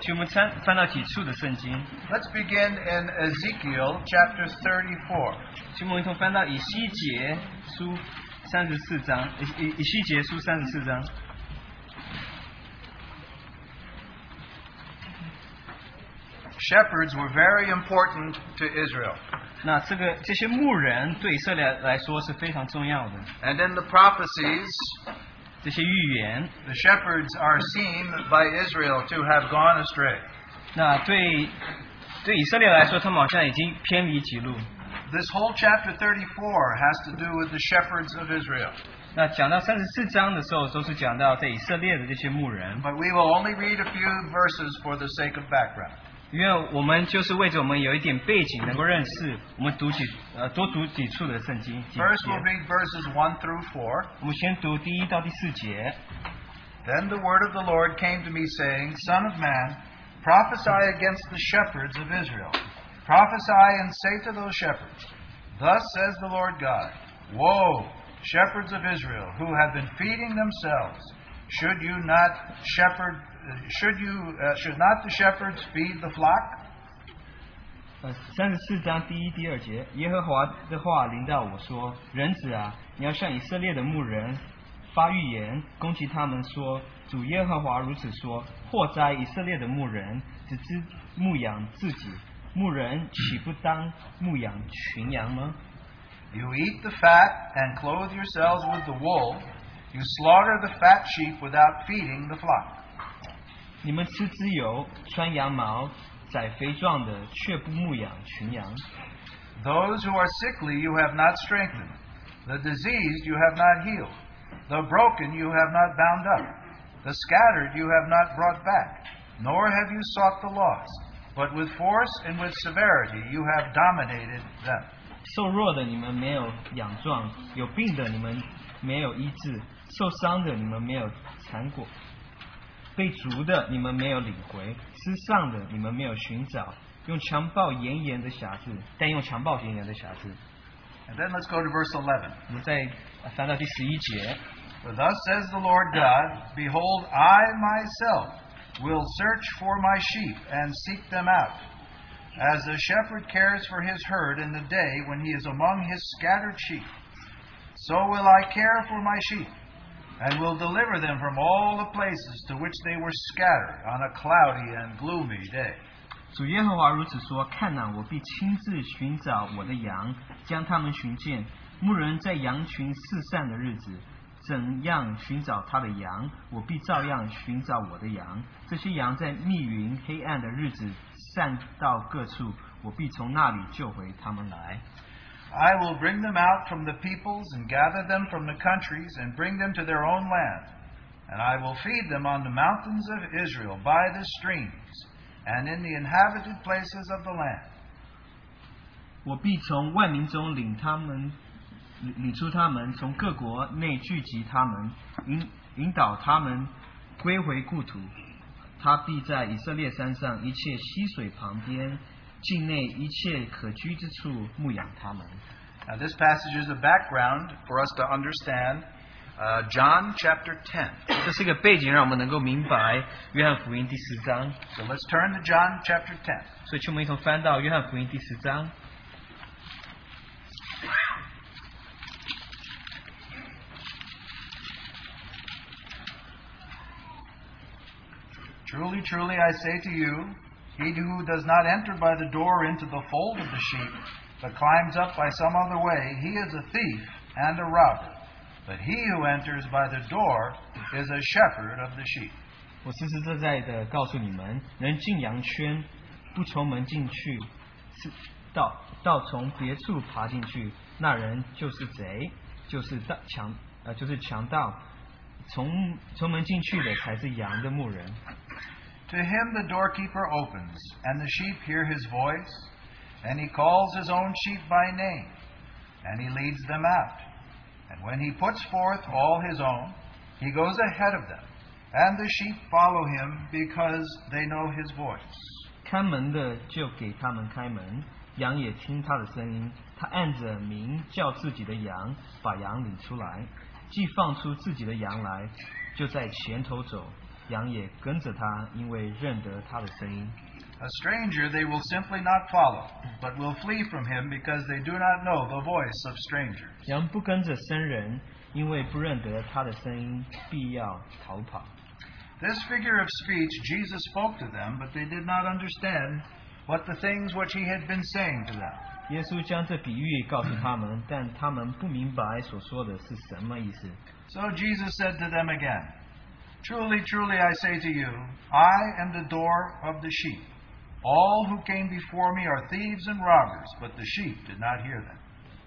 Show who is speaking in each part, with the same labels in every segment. Speaker 1: 请我们翻翻到起初的圣经，
Speaker 2: Let's begin in Ezekiel chapter 34.
Speaker 1: 请我们一同翻到以西结书三十四章，以以以西结书三十四章。
Speaker 2: Shepherds were very important to Israel.
Speaker 1: 那这个这些牧人对以色列来说是非常重要的，
Speaker 2: And in the prophecies,
Speaker 1: 这些预言，
Speaker 2: the shepherds are seen by Israel to have gone astray.
Speaker 1: 那对对以色列来说，他们好像已经偏离歧路。
Speaker 2: This whole chapter 34 has to do with the shepherds of Israel.
Speaker 1: 那讲到三十四章的时候，都是讲到在以色列的这些牧人，
Speaker 2: But we will only read a few verses for the sake of background.
Speaker 1: 因为我们就是为着我们有一点背景能够认识，我们读几呃多读几处的圣经。几节
Speaker 2: First, we'll read verses 1 through 4.
Speaker 1: 我们先读第一到第四节。
Speaker 2: Then the word of the Lord came to me, saying, Son of man, prophesy against the shepherds of Israel. Prophesy and say to those shepherds, Thus says the Lord God, Woe, shepherds of Israel, who have been feeding themselves. Should you not shepherd? uh, Should you? Uh, should not the shepherds feed the flock?
Speaker 1: 呃，三十四章第一、第二节，耶和华的话临到我说：“人子啊，你要向以色列的牧人发预言，攻击他们说：主耶和华如此说：祸灾以色列的牧人，只知牧养自己，牧人岂不当牧养群羊吗？
Speaker 2: You eat the fat and clothe yourselves with the wool. You slaughter the fat sheep without feeding the flock.
Speaker 1: 你们吃脂油，穿羊毛，宰肥壮的，却不牧养群羊。
Speaker 2: Those who are sickly you have not strengthened, the diseased you have not healed, the broken you have not bound up, the scattered you have not brought back, nor have you sought the lost. But with force and with severity you have dominated them.
Speaker 1: 瘦弱的你们没有养壮，有病的你们没有医治，受伤的你们没有缠裹，被逐的你们没有领回，失丧的你们没有寻找。用强暴炎炎的匣子，但用强暴炎炎的匣子。
Speaker 2: And then let's go to verse 11.
Speaker 1: 我们再翻到第十一节，
Speaker 2: For thus says the Lord God Behold, I myself will search for my sheep and seek them out. As a shepherd cares for his herd in the day when he is among his scattered sheep, so will I care for my sheep, and will deliver them from all the places to which they were scattered on a cloudy and gloomy day.
Speaker 1: 主耶和华如此说：看哪、我必亲自寻找我的羊，将他们寻见。牧人在羊群四散的日子，怎样寻找他的羊，我必照样寻找我的羊。这些羊在密云黑暗的日子散到各处，我必从那里救回他们来。
Speaker 2: I will bring them out from the peoples and gather them from the countries and bring them to their own land. And I will feed them on the mountains of Israel by the streams and in the inhabited places of the land.
Speaker 1: 我必从万民中领他们，领领出他们，从各国内聚集他们，引引导他们归回故土。他必在以色列山上一切溪水旁边，境内一切可居之处牧养他们。
Speaker 2: Now, this passage is a background for us to understand uh, John chapter 10.
Speaker 1: 这是一个背景，让我们能够明白约翰福音第十章。
Speaker 2: So let's turn to John chapter 10.
Speaker 1: 所以，请我们一同翻到约翰福音第十章。
Speaker 2: Truly, truly, I say to you, he who does not enter by the door into the fold of the sheep, but climbs up by some other way, he is a thief and a robber. But he who enters by the door is a shepherd of the sheep.
Speaker 1: 我实实在在的告诉你们，人进羊圈，不从门进去，是到到从别处爬进去，那人就是贼，就是盗强呃就是强盗。从从门进去的才是羊的牧人。
Speaker 2: To him the doorkeeper opens, and the sheep hear his voice, and he calls his own sheep by name, and he leads them out. And when he puts forth all his own, he goes ahead of them, and the sheep follow him because they know his voice.
Speaker 1: 看门的就给他们开门，羊也听他的声音。他按着名叫自己的羊，把羊领出来，既放出自己的羊来，就在前头走。羊也跟着他，因为认得他的声音。
Speaker 2: A stranger they will simply not follow, but will flee from him because they do not know the voice of stranger.
Speaker 1: 羊不跟着僧人，因为不认得他的声音，必要逃跑。
Speaker 2: This figure of speech Jesus spoke to them, but they did not understand what the things which he had been saying to them.
Speaker 1: 耶稣将这比喻告诉他们，但他们不明白所说的是什么意思。
Speaker 2: So Jesus said to them again, Truly, truly, I say to you, I am the door of the sheep. All who came before me are thieves and robbers, but the sheep did not hear them.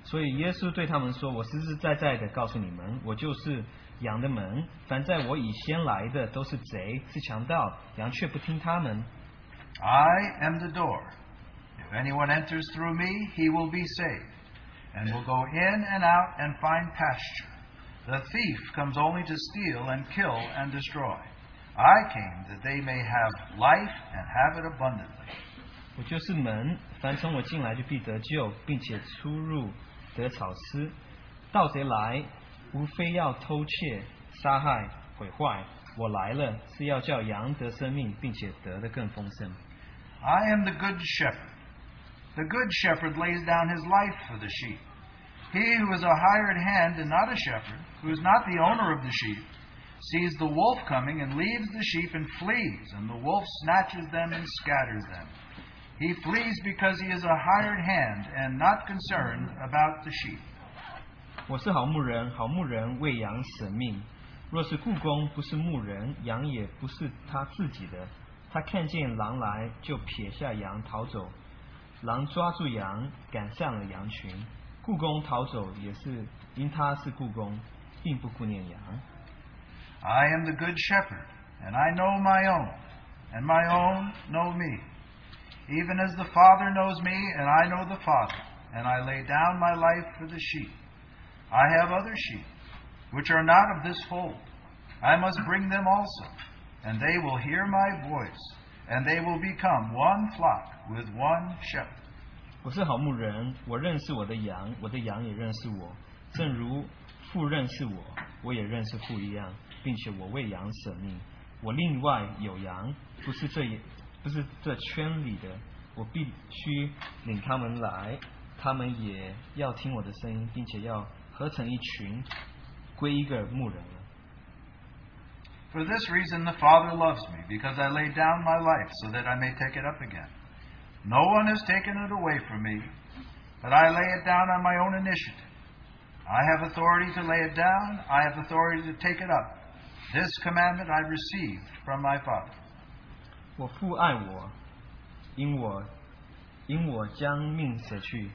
Speaker 1: 所以耶稣对他们说：“我实实在在的告诉你们，我就是羊的门。凡在我以先来的，都是贼，是强盗。羊却不听他们。
Speaker 2: I am the door. If anyone enters through me, he will be saved, and will go in and out and find pasture. The thief comes only to steal and kill and destroy. I came that they may have life and have it abundantly.
Speaker 1: 我就是门，凡从我进来就必得救，并且出入得草吃。盗贼来，无非要偷窃、杀害、毁坏。我来了，是要叫羊得生命，并且得的更丰盛。
Speaker 2: I am the good shepherd. The good shepherd lays down his life for the sheep. He who is a hired hand and not a shepherd, who is not the owner of the sheep, sees the wolf coming and leaves the sheep and flees, and the wolf snatches them and scatters them. He flees because he is a hired hand and not concerned about the sheep.
Speaker 1: 我是好牧人，好牧人为羊舍命。若是故宫不是牧人，羊也不是他自己的。他看见狼来，就撇下羊逃走。狼抓住羊，赶上了羊群。故宫逃走也是因他是故宫，并不顾念羊。
Speaker 2: I am the good shepherd, and I know my own, and my own know me. Even as the Father knows me, and I know the Father, and I lay down my life for the sheep. I have other sheep, which are not of this fold. I must bring them also, and they will hear my voice, and they will become one flock with one shepherd.
Speaker 1: 我是好牧人，我认识我的羊，我的羊也认识我，正如父认识我，我也认识父一样，并且我为羊舍命。我另外有羊，不是这不是这圈里的，我必须领他们来，他们也要听我的声音，并且要合成一群，归一个牧人了。
Speaker 2: For this reason the Father loves me, because I lay down my life so that I may take it up again. No one has taken it away from me, but I lay it down on my own initiative. I have authority to lay it down, I have authority to take it up. This commandment I received from my Father.
Speaker 1: 我父爱我，因我因我将命舍去，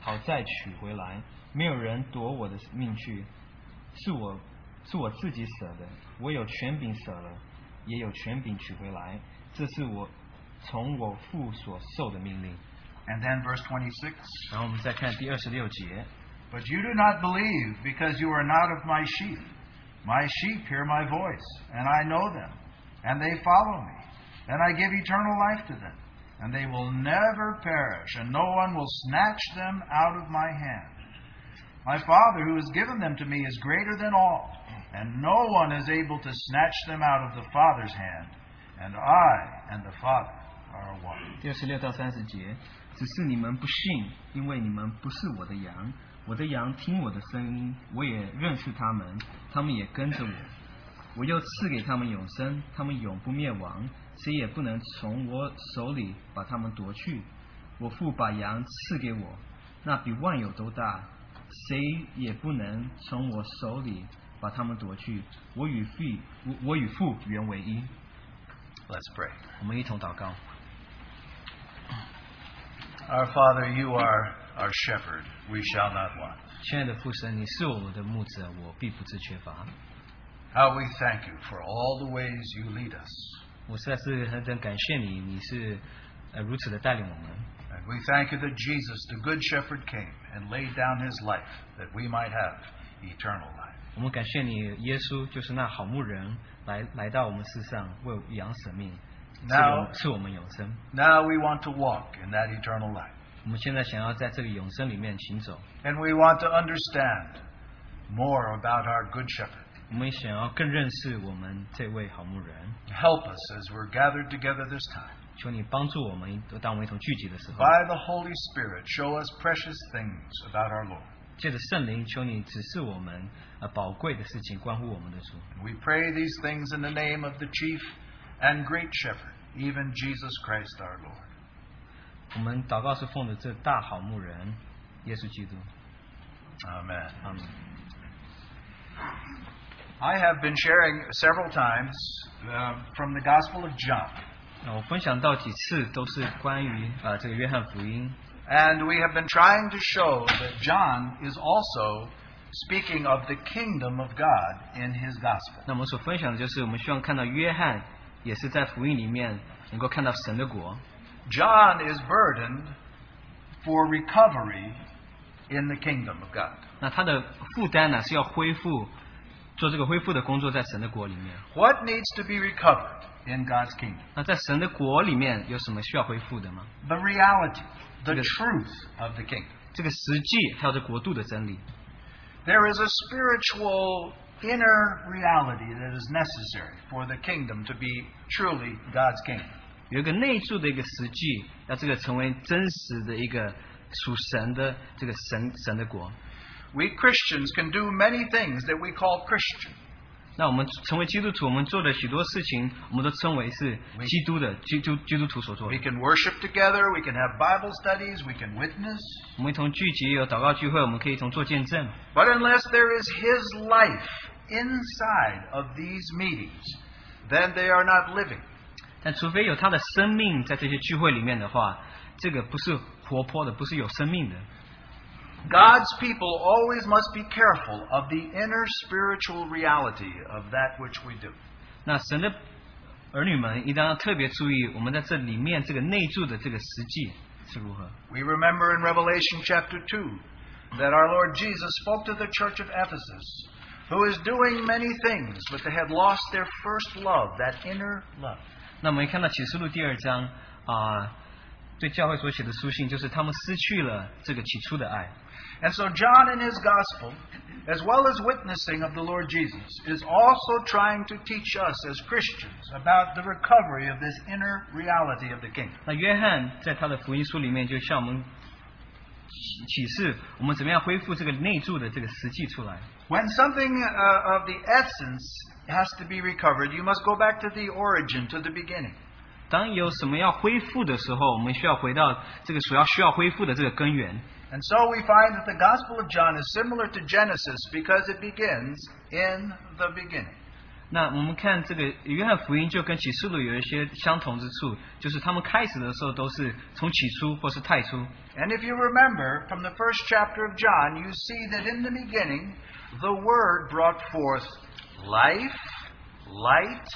Speaker 1: 好再取回来。没有人夺我的命去，是我是我自己舍的。我有权柄舍了，也有权柄取回来。这是我从我父所受的命令。
Speaker 2: And then verse 26
Speaker 1: 然后我们再看第二十六节，
Speaker 2: But you do not believe, because you are not of my sheep. My sheep hear my voice, and I know them, and they follow me, and I give eternal life to them, and they will never perish, and no one will snatch them out of my hand. My Father, who has given them to me, is greater than all, and no one is able to snatch them out of the Father's hand, and I and the Father are one.
Speaker 1: 第二十六到三十节，只是你们不信，因为你们不是我的羊，我的羊听我的声音，我也认识他们，他们也跟着我，我又赐给他们永生，他们永不灭亡，谁也不能从我手里把他们夺去。我父把羊赐给我，那比万有都大，谁也不能从我手里把他们夺去。我与父，我我与父原为一。
Speaker 2: Let's pray.
Speaker 1: 我们一同祷告。
Speaker 2: Our Father, you are our shepherd. We shall not want.
Speaker 1: 亲爱的父神，你是我们的牧者，我必不致缺乏。
Speaker 2: How we thank you for all the ways you lead us.
Speaker 1: 我实在是很很感谢你，你是呃如此的带领我们。
Speaker 2: And we thank you that Jesus, the Good Shepherd, came and laid down his life that we might have eternal life.
Speaker 1: 我们感谢你，耶稣就是那好牧人来来到我们世上为羊舍命，是
Speaker 2: Now,
Speaker 1: 我是我们永生。
Speaker 2: now we want to walk in that eternal life.
Speaker 1: 我们现在想要在这个永生里面行走，
Speaker 2: And we want to understand more about our Good Shepherd.
Speaker 1: 我们想要更认识我们这位好牧人，
Speaker 2: Help us as we're gathered together this time.
Speaker 1: 求你帮助我们，当我们一同聚集的时候，
Speaker 2: By the Holy Spirit, show us precious things about our Lord.
Speaker 1: 借着圣灵，求你指示我们呃宝贵的事情，关乎我们的主。
Speaker 2: We pray these things in the name of the chief and great shepherd, even Jesus Christ our Lord.
Speaker 1: 我们祷告是奉着这大好牧人耶稣基督，
Speaker 2: Amen.
Speaker 1: 阿门。
Speaker 2: I have been sharing several times uh, from the Gospel of John,
Speaker 1: 那我分享到几次都是关于呃这个约翰福音，
Speaker 2: and we have been trying to show that John is also speaking of the kingdom of God in his Gospel.
Speaker 1: 那我们所分享的就是我们希望看到约翰也是在福音里面能够看到神的国。
Speaker 2: John is burdened for recovery in the kingdom of God.
Speaker 1: 那他的负担呢是要恢复，做这个恢复的工作在神的国里面。
Speaker 2: What needs to be recovered in God's kingdom?
Speaker 1: 那在神的国里面有什么需要恢复的吗？
Speaker 2: The reality, the
Speaker 1: Yes.
Speaker 2: truth of the kingdom.
Speaker 1: 这个实际还有这国度的真理，
Speaker 2: There is a spiritual inner reality that is necessary for the kingdom to be truly God's kingdom.
Speaker 1: 有一个内住的一个实际，要这个成为真实的一个属神的这个神神的国。
Speaker 2: We Christians can do many things that we call Christian.
Speaker 1: 那我们成为基督徒，我们做的许多事情，我们都称为是基督的基督基督徒所做的。
Speaker 2: We can worship together, we can have Bible studies, we can witness.
Speaker 1: 我们一同聚集有祷告聚会，我们可以一同做见证。
Speaker 2: But unless there is His life inside of these meetings, then they are not living.
Speaker 1: 但除非有他的生命在这些聚会里面的话，这个不是活泼的，不是有生命的。
Speaker 2: God's people always must be careful of the inner spiritual reality of that which we do.
Speaker 1: 那神的儿女们一定要特别注意，我们在这里面这个内住的这个实际是如何。
Speaker 2: We remember in Revelation chapter 2 that our Lord Jesus spoke to the church of Ephesus, who is doing many things, but they had lost their first love, that inner love.
Speaker 1: 那我们看到启示录第二章啊、对教会所写的书信，就是他们失去了这个起初的爱。
Speaker 2: And so, John in his gospel, as well as witnessing of the Lord Jesus, is also trying to teach us as Christians about the recovery of this inner reality of the kingdom.
Speaker 1: 那约翰在他的福音书里面就向我们启启示我们怎么样恢复这个内住的这个实际出来。
Speaker 2: When something uh, of the essence has to be recovered, you must go back to the origin, to the beginning.
Speaker 1: 当有什么要恢复的时候，我们需要回到这个所要需要恢复的这个根源。
Speaker 2: And so we find that the Gospel of John is similar to Genesis because it begins in the beginning.
Speaker 1: 那我们看这个约翰福音就跟启示录有一些相同之处，就是他们开始的时候都是从起初或是太初。
Speaker 2: And if you remember from the first chapter of John, you see that in the beginning, the Word brought forth life, light,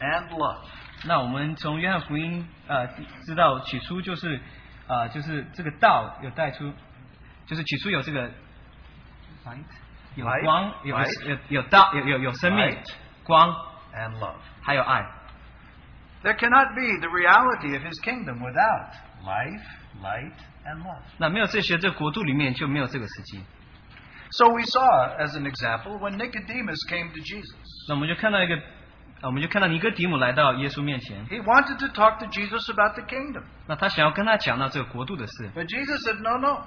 Speaker 2: and love.
Speaker 1: 那我们从约翰福音呃知道起初就是呃就是这个道有带出，就是起初有这个 light 有
Speaker 2: Light，
Speaker 1: 光有
Speaker 2: light
Speaker 1: 有有道有有有生命
Speaker 2: Light
Speaker 1: 光
Speaker 2: And love.
Speaker 1: 还有爱。
Speaker 2: There cannot be the reality of His kingdom without life, light, and love.
Speaker 1: 那没有这些，这国度里面就没有这个实际。
Speaker 2: So we saw, as an example, when Nicodemus came to Jesus.
Speaker 1: 那我们就看到一个，呃我们就看到尼哥底母来到耶稣面前，
Speaker 2: He wanted to talk to Jesus about the kingdom.
Speaker 1: 那他想要跟他讲到这个国度的事，
Speaker 2: But Jesus said, No, no.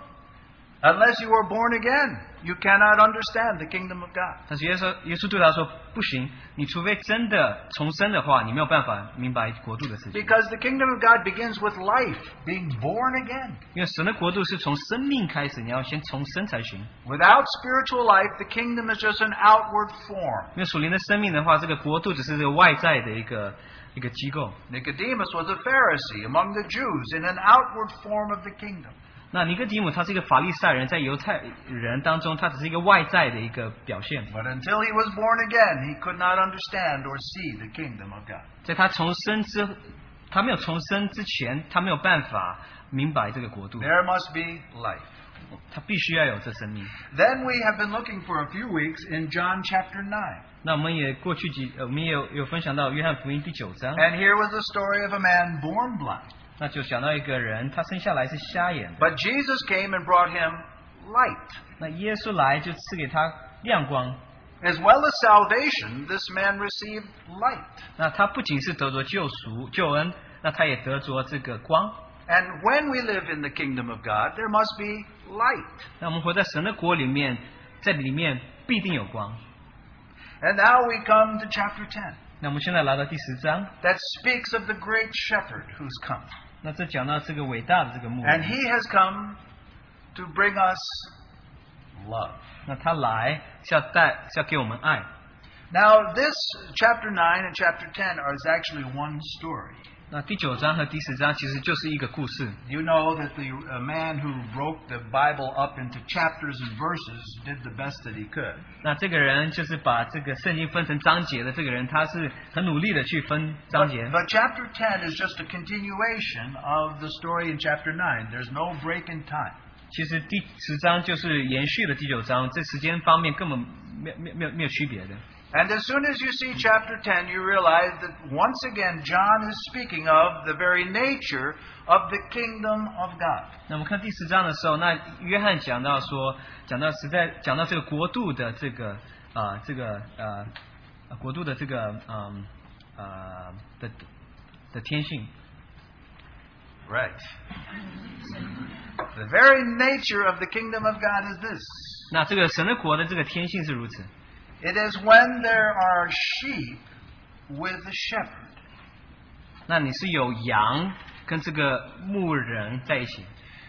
Speaker 2: Unless you are born again, you cannot understand the kingdom of God.
Speaker 1: 但是耶稣耶稣对他说：“不行，你除非真的重生的话，你没有办法明白国度的事情。
Speaker 2: Because the kingdom of God begins with life, being born again.
Speaker 1: 因为神的国度是从生命开始，你要先重生才行。
Speaker 2: Without spiritual life, the kingdom is just an outward form.
Speaker 1: 因为属灵的生命的话，这个国度只是这个外在的一个一个机构。
Speaker 2: Nicodemus was a Pharisee among the Jews in an outward form of the kingdom.
Speaker 1: 那尼哥底母他是一个法利赛人，在犹太人当中，他只是一个外在的一个表现。
Speaker 2: But until he was born again, he could not understand or see the kingdom of God.
Speaker 1: 在他重生之，他没有重生之前，他没有办法明白这个国度，
Speaker 2: There must be life.
Speaker 1: 他必须要有这生命。
Speaker 2: Then we have been looking for a few weeks in John chapter 9.
Speaker 1: 那我们也过去几，呃我们也有有分享到约翰福音第九章，
Speaker 2: And here was the story of a man born blind.
Speaker 1: 那就讲到一个人，他生下来是瞎眼的，
Speaker 2: But Jesus came and brought him light.
Speaker 1: 那耶稣来就赐给他亮光，
Speaker 2: As well as salvation, this man received light.
Speaker 1: 那他不仅是得着救赎救恩，那他也得着这个光。
Speaker 2: And when we live in the kingdom of God, there must be light.
Speaker 1: 那我们活在神的国里面，在里面必定有光。
Speaker 2: And now we come to chapter 10
Speaker 1: 那我们现在来到第十章，
Speaker 2: that speaks of the great shepherd who's come.
Speaker 1: 那这讲到这个伟大的这个牧
Speaker 2: And
Speaker 1: 人，
Speaker 2: he has come to bring us love.
Speaker 1: 那他来是要带是要给我们爱。
Speaker 2: Now, this chapter 9 and chapter 10 are, is actually one story.
Speaker 1: 那第九章和第十章其实就是一个故事。
Speaker 2: You know that the uh, man who broke the Bible up into chapters and verses did the best that he could.
Speaker 1: 那这个人就是把这个圣经分成章节的这个人，他是很努力的去分章
Speaker 2: But,
Speaker 1: 节。
Speaker 2: but chapter 10 is just a continuation of the story in chapter 9. There's no break in time.
Speaker 1: 其实第十章就是延续了第九章，这时间方面根本没有没有没有没有区别的。
Speaker 2: And as soon as you see chapter 10, you realize that once again John is speaking of the very nature of the kingdom of God.
Speaker 1: 那我们看第十章的时候，那约翰讲到说，讲到实在讲到这个国度的这个啊、呃这个呃呃国度的这个嗯呃的的天性，
Speaker 2: Right. The very nature of the kingdom of God is this
Speaker 1: 那这个神的国的这个天性是如此。
Speaker 2: it is when there are sheep with a shepherd.
Speaker 1: 那你是有羊跟这个牧人在一起。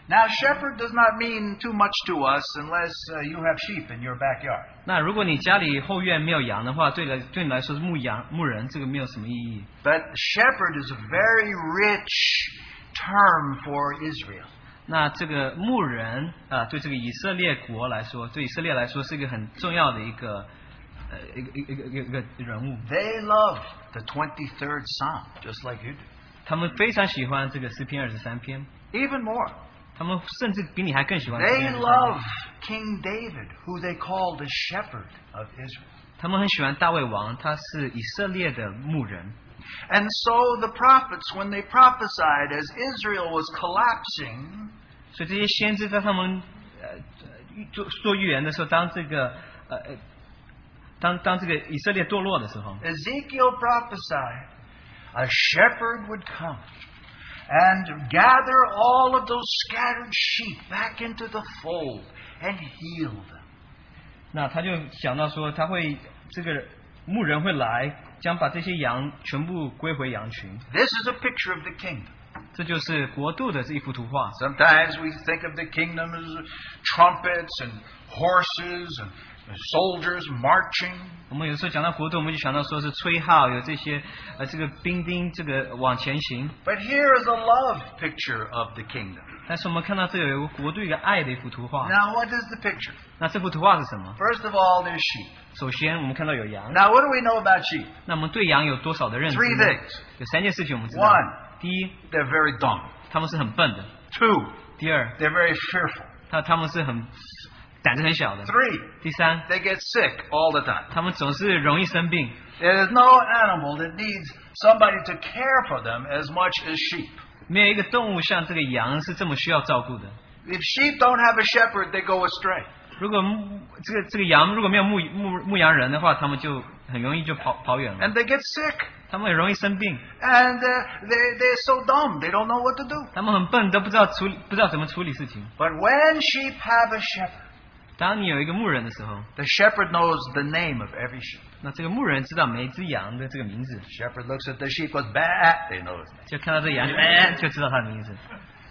Speaker 2: Now, shepherd does not mean too much to us unless uh, you have sheep in your backyard.
Speaker 1: 那如果你家里后院没有羊的话，对来对你来说是牧羊牧人，这个没有什么意义。
Speaker 2: But shepherd is a very rich term for Israel.
Speaker 1: 那这个牧人啊、对这个以色列国来说，对以色列来说是一个很重要的一个呃一个一个一个一个人物。
Speaker 2: They love the 23rd Psalm, just like you do.
Speaker 1: 他们非常喜欢这个诗篇二十三篇，
Speaker 2: Even more,
Speaker 1: 他们甚至比你还更喜欢诗
Speaker 2: they
Speaker 1: 篇23
Speaker 2: love
Speaker 1: 篇。
Speaker 2: King David, who they call the shepherd of Israel.
Speaker 1: 他们很喜欢大卫王，他是以色列的牧人。
Speaker 2: And so the prophets, when they prophesied as Israel was collapsing,
Speaker 1: 所以这些先知在他们呃预做做预言的时候，当这个呃呃当当这个以色列堕落的时候，
Speaker 2: Ezekiel prophesied a shepherd would come and gather all of those scattered sheep back into the fold and heal them.
Speaker 1: 那他就想到说，他会这个牧人会来，将把这些羊全部归回羊群。
Speaker 2: This is a picture of the kingdom.
Speaker 1: 这就是国度的这一幅图画。
Speaker 2: Sometimes we think of the kingdom as trumpets and horses and soldiers marching.
Speaker 1: 我们有时候讲到国度，我们就想到说是吹号，有这些呃这个兵丁这个往前行。
Speaker 2: But here is a love picture of the kingdom.
Speaker 1: 但是我们看到这有一个国度一个爱的一幅图画。
Speaker 2: Now, what is the picture?
Speaker 1: 那这幅图画是什么？
Speaker 2: First of all, there's sheep.
Speaker 1: 首先我们看到有羊。
Speaker 2: Now, what do we know about sheep?
Speaker 1: 那我们对羊有多少的认知
Speaker 2: Three
Speaker 1: 呢？
Speaker 2: things.
Speaker 1: 有三件事情我们知道
Speaker 2: One.：
Speaker 1: 第一，
Speaker 2: They're very dumb.
Speaker 1: 他们是很笨的；
Speaker 2: Two,
Speaker 1: 第二，
Speaker 2: they're very fearful.
Speaker 1: 他他们是很胆子很小的；
Speaker 2: Three,
Speaker 1: 第三，
Speaker 2: they get sick all the time.
Speaker 1: 他们总是容易生病。
Speaker 2: There is no animal that needs somebody to care for them as much as sheep.
Speaker 1: 没有一个动物像这个羊是这么需要照顾的。
Speaker 2: If sheep don't have a shepherd, they go astray.
Speaker 1: 如果牧这个这个羊如果没有牧牧牧羊人的话，他们就很容易就跑跑远了，
Speaker 2: And they get sick.
Speaker 1: 他们很容易生病，
Speaker 2: And uh, they, they're so dumb, they don't know what to do.
Speaker 1: 他们很笨，都不知道处理不知道怎么处理事情。
Speaker 2: But when sheep have a shepherd,
Speaker 1: 当你有一个牧人的时候，
Speaker 2: the shepherd knows the name of every sheep.
Speaker 1: 那这个牧人知道每一只羊的这个名字，
Speaker 2: Shepherd looks at the sheep, goes, bah, they know his name.
Speaker 1: 就看到这羊就哎就知道它的名字。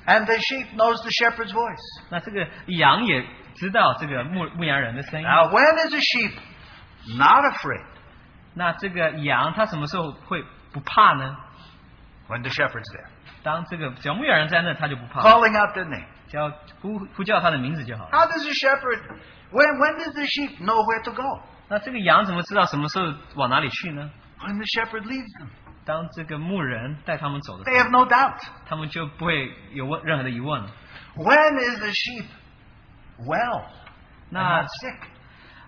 Speaker 2: And the sheep knows the shepherd's voice.
Speaker 1: 那这个羊也知道这个牧牧羊人的声音。
Speaker 2: Now, when is a sheep not afraid?
Speaker 1: 那这个羊它什么时候会不怕呢？
Speaker 2: When the shepherd's there,
Speaker 1: 当这个只要牧羊人在那，它就不怕，
Speaker 2: calling out their name.
Speaker 1: 只要呼呼叫它的名字就好了。
Speaker 2: How does a shepherd, when, when does the sheep know where to go?
Speaker 1: 那这个羊怎么知道什么时候往哪里去呢？
Speaker 2: When the shepherd leads them.
Speaker 1: 当这个牧人带他们走的时
Speaker 2: They have no doubt.
Speaker 1: 候，他们就不会有问任何的疑问了。
Speaker 2: When is the sheep well and
Speaker 1: 那
Speaker 2: not sick?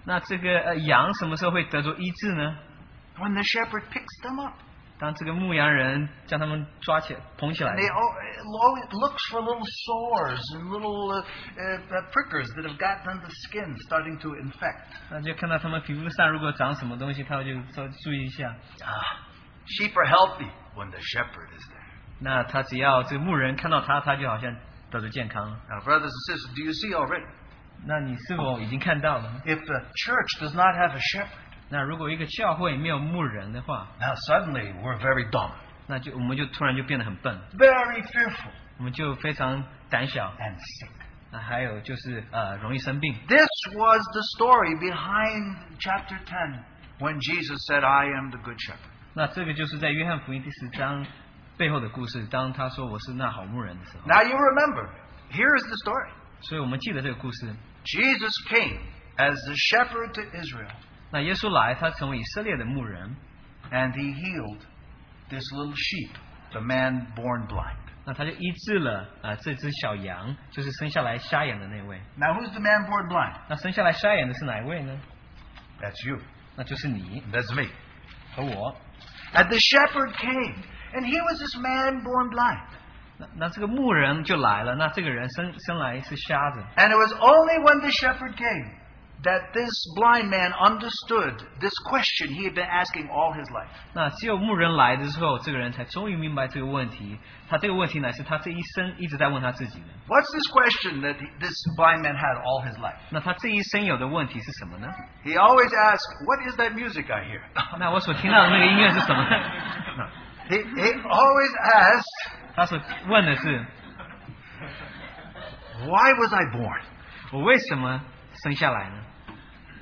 Speaker 1: 那这个呃羊什么时候会得着医治呢？
Speaker 2: When the shepherd picks them up.
Speaker 1: 当这个牧羊人将他们抓起捧起来
Speaker 2: And，they al- it always looks for little sores and little uh, uh, prickers that have gotten under the skin, starting to infect.
Speaker 1: 那就看到他们皮肤上如果长什么东西，他们就说注意一下。
Speaker 2: Ah, sheep are healthy when the shepherd is there.
Speaker 1: 那他只要这个牧人看到他，他就好像得着健康了。
Speaker 2: Now, brothers and sisters, do you see already?
Speaker 1: 那你是否已经看到了呢？
Speaker 2: If the church does not have a shepherd,
Speaker 1: 那如果一个教会没有牧人的话，
Speaker 2: now suddenly we're very dumb,
Speaker 1: 那就我们就突然就变得很笨，
Speaker 2: very fearful,
Speaker 1: 我们就非常胆小。
Speaker 2: and sick.
Speaker 1: 那啊还有就是呃容易生病。
Speaker 2: This was the story behind chapter 10 when Jesus said, I am the good shepherd.
Speaker 1: 那这个就是在约翰福音第十章背后的故事。当他说我是那好牧人的时候，
Speaker 2: Now you remember, here is the story.
Speaker 1: 所以我们记得这个故事。
Speaker 2: Jesus came as the shepherd to Israel,
Speaker 1: 那耶稣来，他成为以色列的牧人，
Speaker 2: and he healed this little sheep, the man born blind.
Speaker 1: 那他就医治了啊、呃这只小羊，就是生下来瞎眼的那位。
Speaker 2: Now, who's the man born blind?
Speaker 1: 那生下来瞎眼的是哪一位呢？
Speaker 2: That's you.
Speaker 1: 那就是你
Speaker 2: That's me.
Speaker 1: 和我。
Speaker 2: And the shepherd came, and here was this man born blind.
Speaker 1: 那那这个牧人就来了，那这个人生生来是瞎子。
Speaker 2: And it was only when the shepherd came that this blind man understood this question he had been asking all his life.
Speaker 1: 那只有牧人来的时候，这个人才终于明白这个问题。他这个问题乃是他这一生一直在问他自己的。
Speaker 2: What's this question that he- this blind man had all his life?
Speaker 1: 那他这一生有的问题是什么呢？
Speaker 2: He always asked, What is that music I hear?
Speaker 1: 那我所听到的那个音乐是什么？
Speaker 2: He, he always asked,
Speaker 1: 他所问的是
Speaker 2: Why was I born?
Speaker 1: 我为什么生下来呢？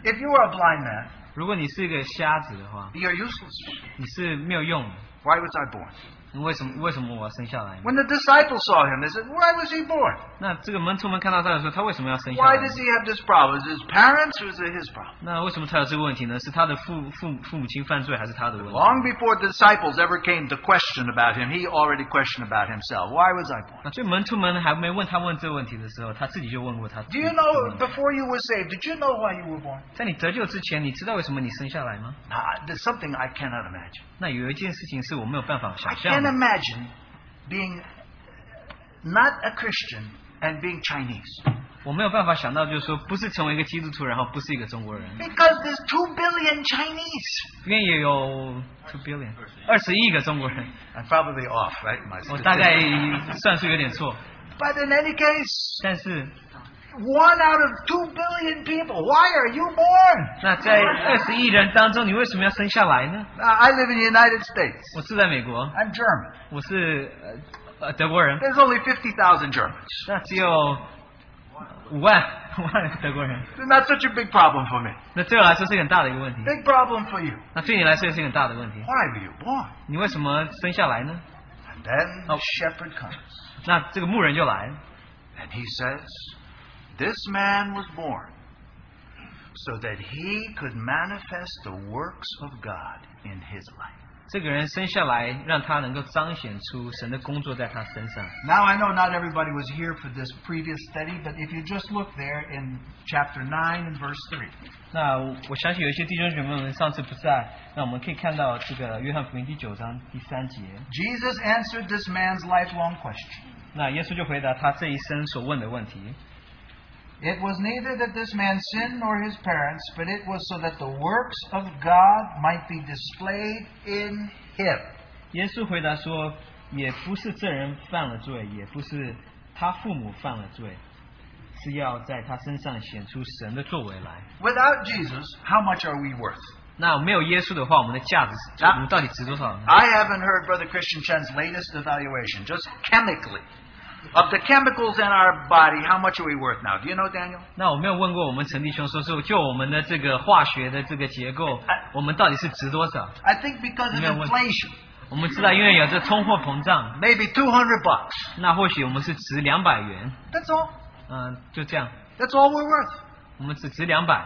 Speaker 2: If you are a blind man,
Speaker 1: 如果你是一个瞎子的话，
Speaker 2: you're useless.
Speaker 1: 你是没有用的。
Speaker 2: Why was I born?
Speaker 1: 你为什么为什么我要生下来呢？
Speaker 2: When the disciples saw him, they said, Why was he born?
Speaker 1: 那这个门徒们看到他的时候，他为什么要生下
Speaker 2: Why
Speaker 1: 来呢？
Speaker 2: does he have this problem? Is it his parents or is it his problem?
Speaker 1: 那为什么他有这个问题呢？是他的父父父母亲犯罪，还是他的问题？
Speaker 2: Long before the disciples ever came to question about him, he already questioned about himself. Why was I born?
Speaker 1: 那所以门徒们还没问他问这个问题的时候，他自己就问过他。
Speaker 2: Do you know, before you were saved, did you know why you were born?
Speaker 1: 在你得救之前，你知道为什么你生下来吗？
Speaker 2: Ah, there's something I cannot imagine.
Speaker 1: 那有一件事情是我没有办法
Speaker 2: I
Speaker 1: 想象
Speaker 2: can't
Speaker 1: 的，
Speaker 2: imagine being not a Christian and being Chinese.
Speaker 1: 我没有办法想到，就是说不是成为一个基督徒，然后不是一个中国人，
Speaker 2: Because there's two billion Chinese.
Speaker 1: 因为也有 two billion 二十亿个中国 人，
Speaker 2: I'm probably off, right? My
Speaker 1: 我大概算数有点错，
Speaker 2: But in any case,
Speaker 1: 但是
Speaker 2: one out of two billion people. Why are you born?
Speaker 1: 那在二十亿人当中，你为什么要生下来呢？
Speaker 2: Uh, I live in the United States.
Speaker 1: 我住在美国，
Speaker 2: I'm German.
Speaker 1: 我是呃呃德国人，
Speaker 2: There's only 50,000 Germans.
Speaker 1: 那只有五万 五万个德国人，
Speaker 2: It's not such a big problem for me.
Speaker 1: 那对我来说是一个很大的一个问题，
Speaker 2: Big problem for you.
Speaker 1: 那对你来说也是一个很大的问题。
Speaker 2: Why were you born?
Speaker 1: 你为什么生下来呢？
Speaker 2: And then
Speaker 1: Oh.
Speaker 2: the shepherd comes.
Speaker 1: 那这个牧人就来了，
Speaker 2: And he says, This man was born so that he could manifest the works of God in his life.
Speaker 1: 这个人生下来，让他能够彰显出神的工作在他身上。
Speaker 2: Now, I know not everybody was here for this previous study, but if you just look there in chapter 9 and verse 3.
Speaker 1: 那我我相信有一些弟兄姐妹们上次不在，那我们可以看到这个约翰福音第九章第三节，
Speaker 2: Jesus answered this man's lifelong question.
Speaker 1: 那耶稣就回答他这一生所问的问题。
Speaker 2: It was neither that this man sinned nor his parents, but it was so that the works of God might be displayed in him.
Speaker 1: 耶稣回答说，也不是这人犯了罪，也不是他父母犯了罪，是要在他身上显出神的作为来。
Speaker 2: Without Jesus, how much are we worth?
Speaker 1: 那没有耶稣的话，我们的价值是，
Speaker 2: 啊
Speaker 1: 我们到底值多少呢？
Speaker 2: I haven't heard Brother Christian Chen's latest evaluation, just chemically. Of the chemicals in our body, how much are we worth now? Do you know, Daniel?
Speaker 1: 那我没有问过我们陈弟兄说是就我们的这个化学的这个结构，我们到底是值多少？
Speaker 2: I think because of
Speaker 1: Yeah, what-
Speaker 2: inflation,
Speaker 1: 我们知道，因为有这通货膨胀，
Speaker 2: maybe 200 bucks.
Speaker 1: 那或许我们是值两百元，
Speaker 2: That's all.
Speaker 1: 嗯、就这样，
Speaker 2: That's all we're worth.
Speaker 1: 我们只值两百，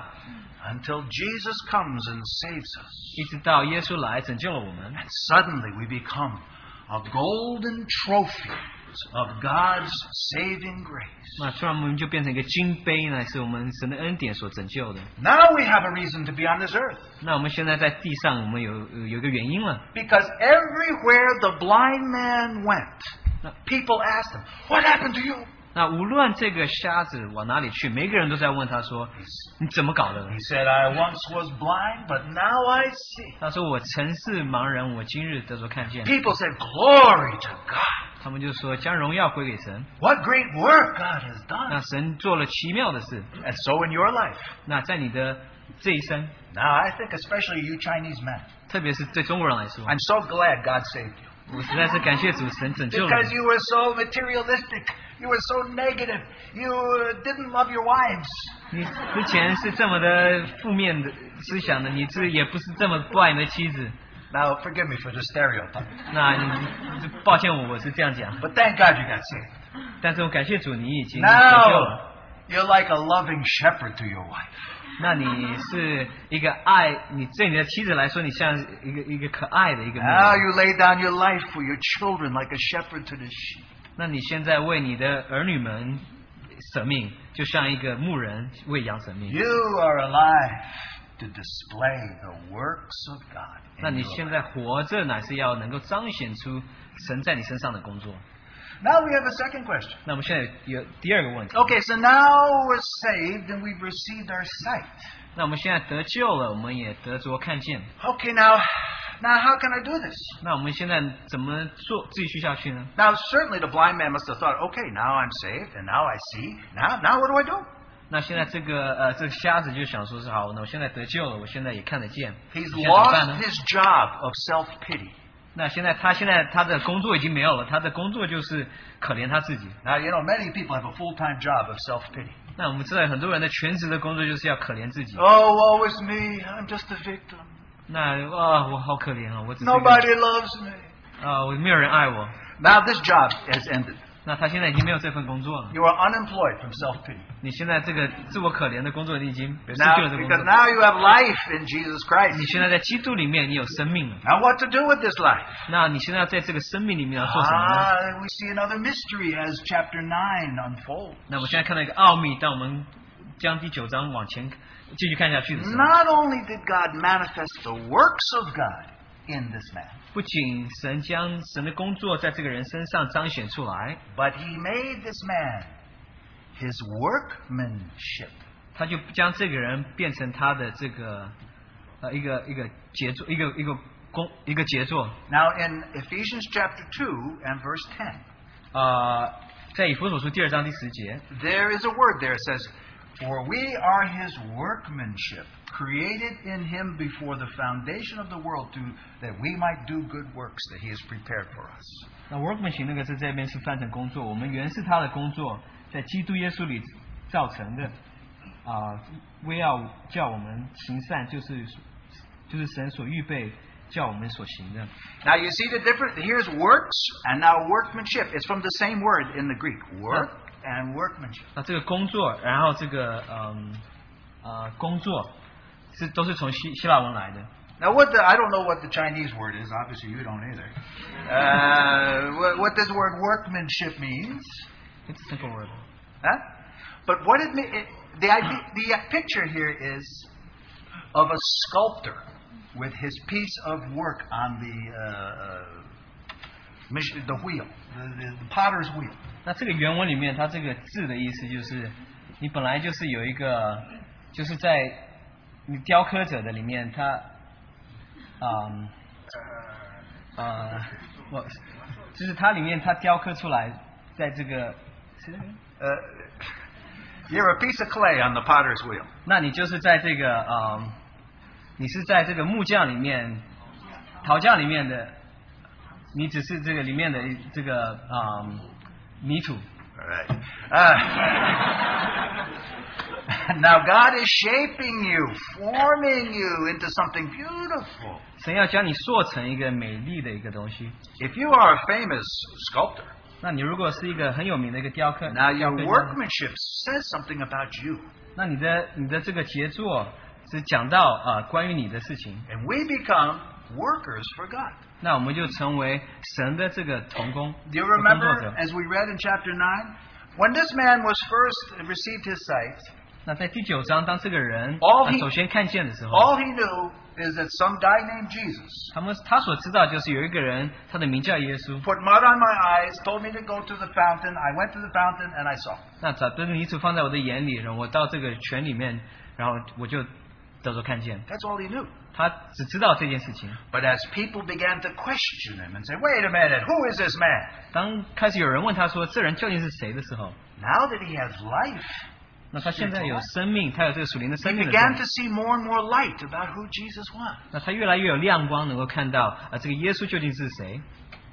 Speaker 2: Until Jesus comes and saves us.
Speaker 1: 一直到耶稣来拯救了我们，
Speaker 2: And suddenly we become a golden trophy words of God's saving grace.
Speaker 1: 那突然我们就变成一个金杯呢，是我们神的恩典所拯救的。
Speaker 2: Now we have a reason to be on this earth
Speaker 1: 那我们现在在地上，我们有有有一个原因了。
Speaker 2: because everywhere the blind man went, people asked him, What happened to you?
Speaker 1: 那无论这个瞎子往哪里去，每个人都在问他说：“你怎么搞的
Speaker 2: He said, I once was blind, but now I see.？”
Speaker 1: 他说：“我曾是盲人，我今日得着看见。
Speaker 2: People said, Glory to God. ”
Speaker 1: 他们就说：“将荣耀归给神。
Speaker 2: What great work God has ” done.
Speaker 1: 那神做了奇妙的事。
Speaker 2: And so in your life.
Speaker 1: 那在你的这一生，
Speaker 2: Now, I think especially you Chinese men.
Speaker 1: 特别是对中国人来说，
Speaker 2: I'm so glad God saved you.
Speaker 1: 我实在是感谢主神拯救了
Speaker 2: Because
Speaker 1: 你。
Speaker 2: you were so materialistic. You were so negative. You uh, didn't love your wives.
Speaker 1: 你之前是这么的负面的思想的，你这也不是这么不爱你的妻子。
Speaker 2: Now, forgive me for the stereotype.
Speaker 1: 那你抱歉我，我是这样讲，
Speaker 2: But thank God you got saved.
Speaker 1: 但是我感谢主，你已经拯救了。
Speaker 2: Now, you're like a loving shepherd to your wife.
Speaker 1: 那你是一个爱你对你的妻子来说，你像一个一个可爱的一个
Speaker 2: Now
Speaker 1: 妹妹。
Speaker 2: you lay down your life for your children like a shepherd to the sheep.
Speaker 1: 那你现在为你的儿女们舍命，就像一个牧人为羊舍命。
Speaker 2: You are alive to display the works of God.
Speaker 1: 那
Speaker 2: in
Speaker 1: 你
Speaker 2: your
Speaker 1: 现
Speaker 2: life.
Speaker 1: 在活着，乃是要能够彰显出神在你身上的工作。
Speaker 2: Now we have a second question.
Speaker 1: 那我们现在有第二个问题。
Speaker 2: Okay, so now we're saved and we've received our sight.
Speaker 1: 那我们现在得救了，我们也得着看见。
Speaker 2: Okay, now, now how can I do this?
Speaker 1: 那我们现在怎么做继续下去呢？
Speaker 2: Now, certainly the blind man must have thought, okay, now I'm saved and now I see. Now, now what do I do?
Speaker 1: 那现在这个呃，这个瞎子就想说是好，那我现在得救了，我现在也看得见。
Speaker 2: He's
Speaker 1: 我现在怎么办
Speaker 2: lost
Speaker 1: 呢？
Speaker 2: his job of self pity.
Speaker 1: 那现在他现在他的工作已经没有了，他的工作就是可怜他自己。
Speaker 2: Now, you know, many people have a full time job of self pity.
Speaker 1: 那我们知道很多人的全职的工作就是要可怜自己。
Speaker 2: Oh, woe is me. I'm just a victim.
Speaker 1: 那哇，我好可怜啊，我只是一个
Speaker 2: Nobody loves me.
Speaker 1: 啊、我没有人爱我。
Speaker 2: Now, this job has ended.
Speaker 1: 那他现在已经没有这份工作了。
Speaker 2: You are unemployed from self pity.
Speaker 1: 你现在这个自我可怜的工作，你已经失去
Speaker 2: Now,
Speaker 1: 了这个工
Speaker 2: because
Speaker 1: 作。
Speaker 2: now you have life in Jesus Christ.
Speaker 1: 你现在在基督里面，你有生命了。
Speaker 2: Now, what to do with this life?
Speaker 1: 那你现在在这个生命里面要做什么呢？
Speaker 2: Ah, we see another mystery as chapter 9 unfolds.
Speaker 1: 那我们现在看到一个奥秘，当我们将第九章往前继续看下去的时候，
Speaker 2: Not only did God manifest the works of God in this man,
Speaker 1: 不仅神将神的工作在这个人身上彰显出来，
Speaker 2: but he made this man his workmanship.
Speaker 1: 他就将这个人变成他的这个呃一个一个杰作，一个一个工一个杰作。
Speaker 2: Now, in Ephesians chapter 2 and verse 10,
Speaker 1: 呃，在以弗所书第二章第十节，
Speaker 2: there is a word there. It says, For we are his workmanship, created in him before the foundation of the world, to, that we might do good works that he has prepared for us.
Speaker 1: 那 workmanship 那个字这边是翻成工作，我们原是他的工作，在基督耶稣里造成的。啊、为要叫我们行善，就是就是神所预备叫我们所行的。
Speaker 2: Now you see the difference. Here's works and now workmanship. It's from the same word in the Greek. Work and workmanship.
Speaker 1: 那这个工作，然后这个嗯呃工作是都是从希希腊文来的。
Speaker 2: Now what the, I don't know what the Chinese word is. Obviously you don't either. Uh, what, what this word workmanship means,
Speaker 1: It's a simple word.
Speaker 2: huh? But what it, mea- it the idea, the picture here is of a sculptor with his piece of work on the uh, mach- the wheel, the, the, the potter's wheel.
Speaker 1: 那这个原文里面，它这个字的意思就是，你本来就是有一个，就是在你雕刻者的里面，他，嗯，呃，我就是它里面它雕刻出来，在这个，是
Speaker 2: Uh, you're a piece of clay on the potter's wheel.
Speaker 1: 那你就是在这个嗯，你是在这个木匠里面、陶匠里面的，你只是这个里面的一这个嗯泥土。
Speaker 2: All right. Uh, now God is shaping you, forming you into something beautiful.
Speaker 1: 神要将你塑成一个美丽的一个东西。
Speaker 2: If you are a famous sculptor,
Speaker 1: 那你如果是一个很有名的一个雕刻，
Speaker 2: now
Speaker 1: 雕
Speaker 2: your
Speaker 1: 刻家
Speaker 2: workmanship says something about you.
Speaker 1: 那你的你的这个杰作是讲到啊、呃关于你的事情，
Speaker 2: And we become workers for God.
Speaker 1: 那那我们就成为神的这个童工。
Speaker 2: Do you
Speaker 1: 工作
Speaker 2: remember,
Speaker 1: 者
Speaker 2: as we read in chapter 9? When this man was first received his sight,
Speaker 1: 那在第九章，当这个人
Speaker 2: All
Speaker 1: 他
Speaker 2: he-
Speaker 1: 首先看见的时候，
Speaker 2: all he knew is that some guy named Jesus
Speaker 1: 他们他所知道就是有一个人，他的名叫耶稣。
Speaker 2: put mud on my eyes, told me to go to the fountain. I went to the fountain and I saw.
Speaker 1: 那把这个泥土放在我的眼里，然后我到这个泉里面，然后我就得着看见。
Speaker 2: That's all he knew.
Speaker 1: 他只知道这件事情。
Speaker 2: But as people began to question him and say, wait a minute, who is this man?
Speaker 1: 当开始有人问他说这人究竟是谁的时候，
Speaker 2: Now that he has life,
Speaker 1: 那他现在有生命，他有这个属灵的
Speaker 2: he
Speaker 1: 生命的时
Speaker 2: began
Speaker 1: 候
Speaker 2: to，see more and more light about who Jesus was.
Speaker 1: 那他越来越有亮光，能够看到啊、这个耶稣究竟是谁。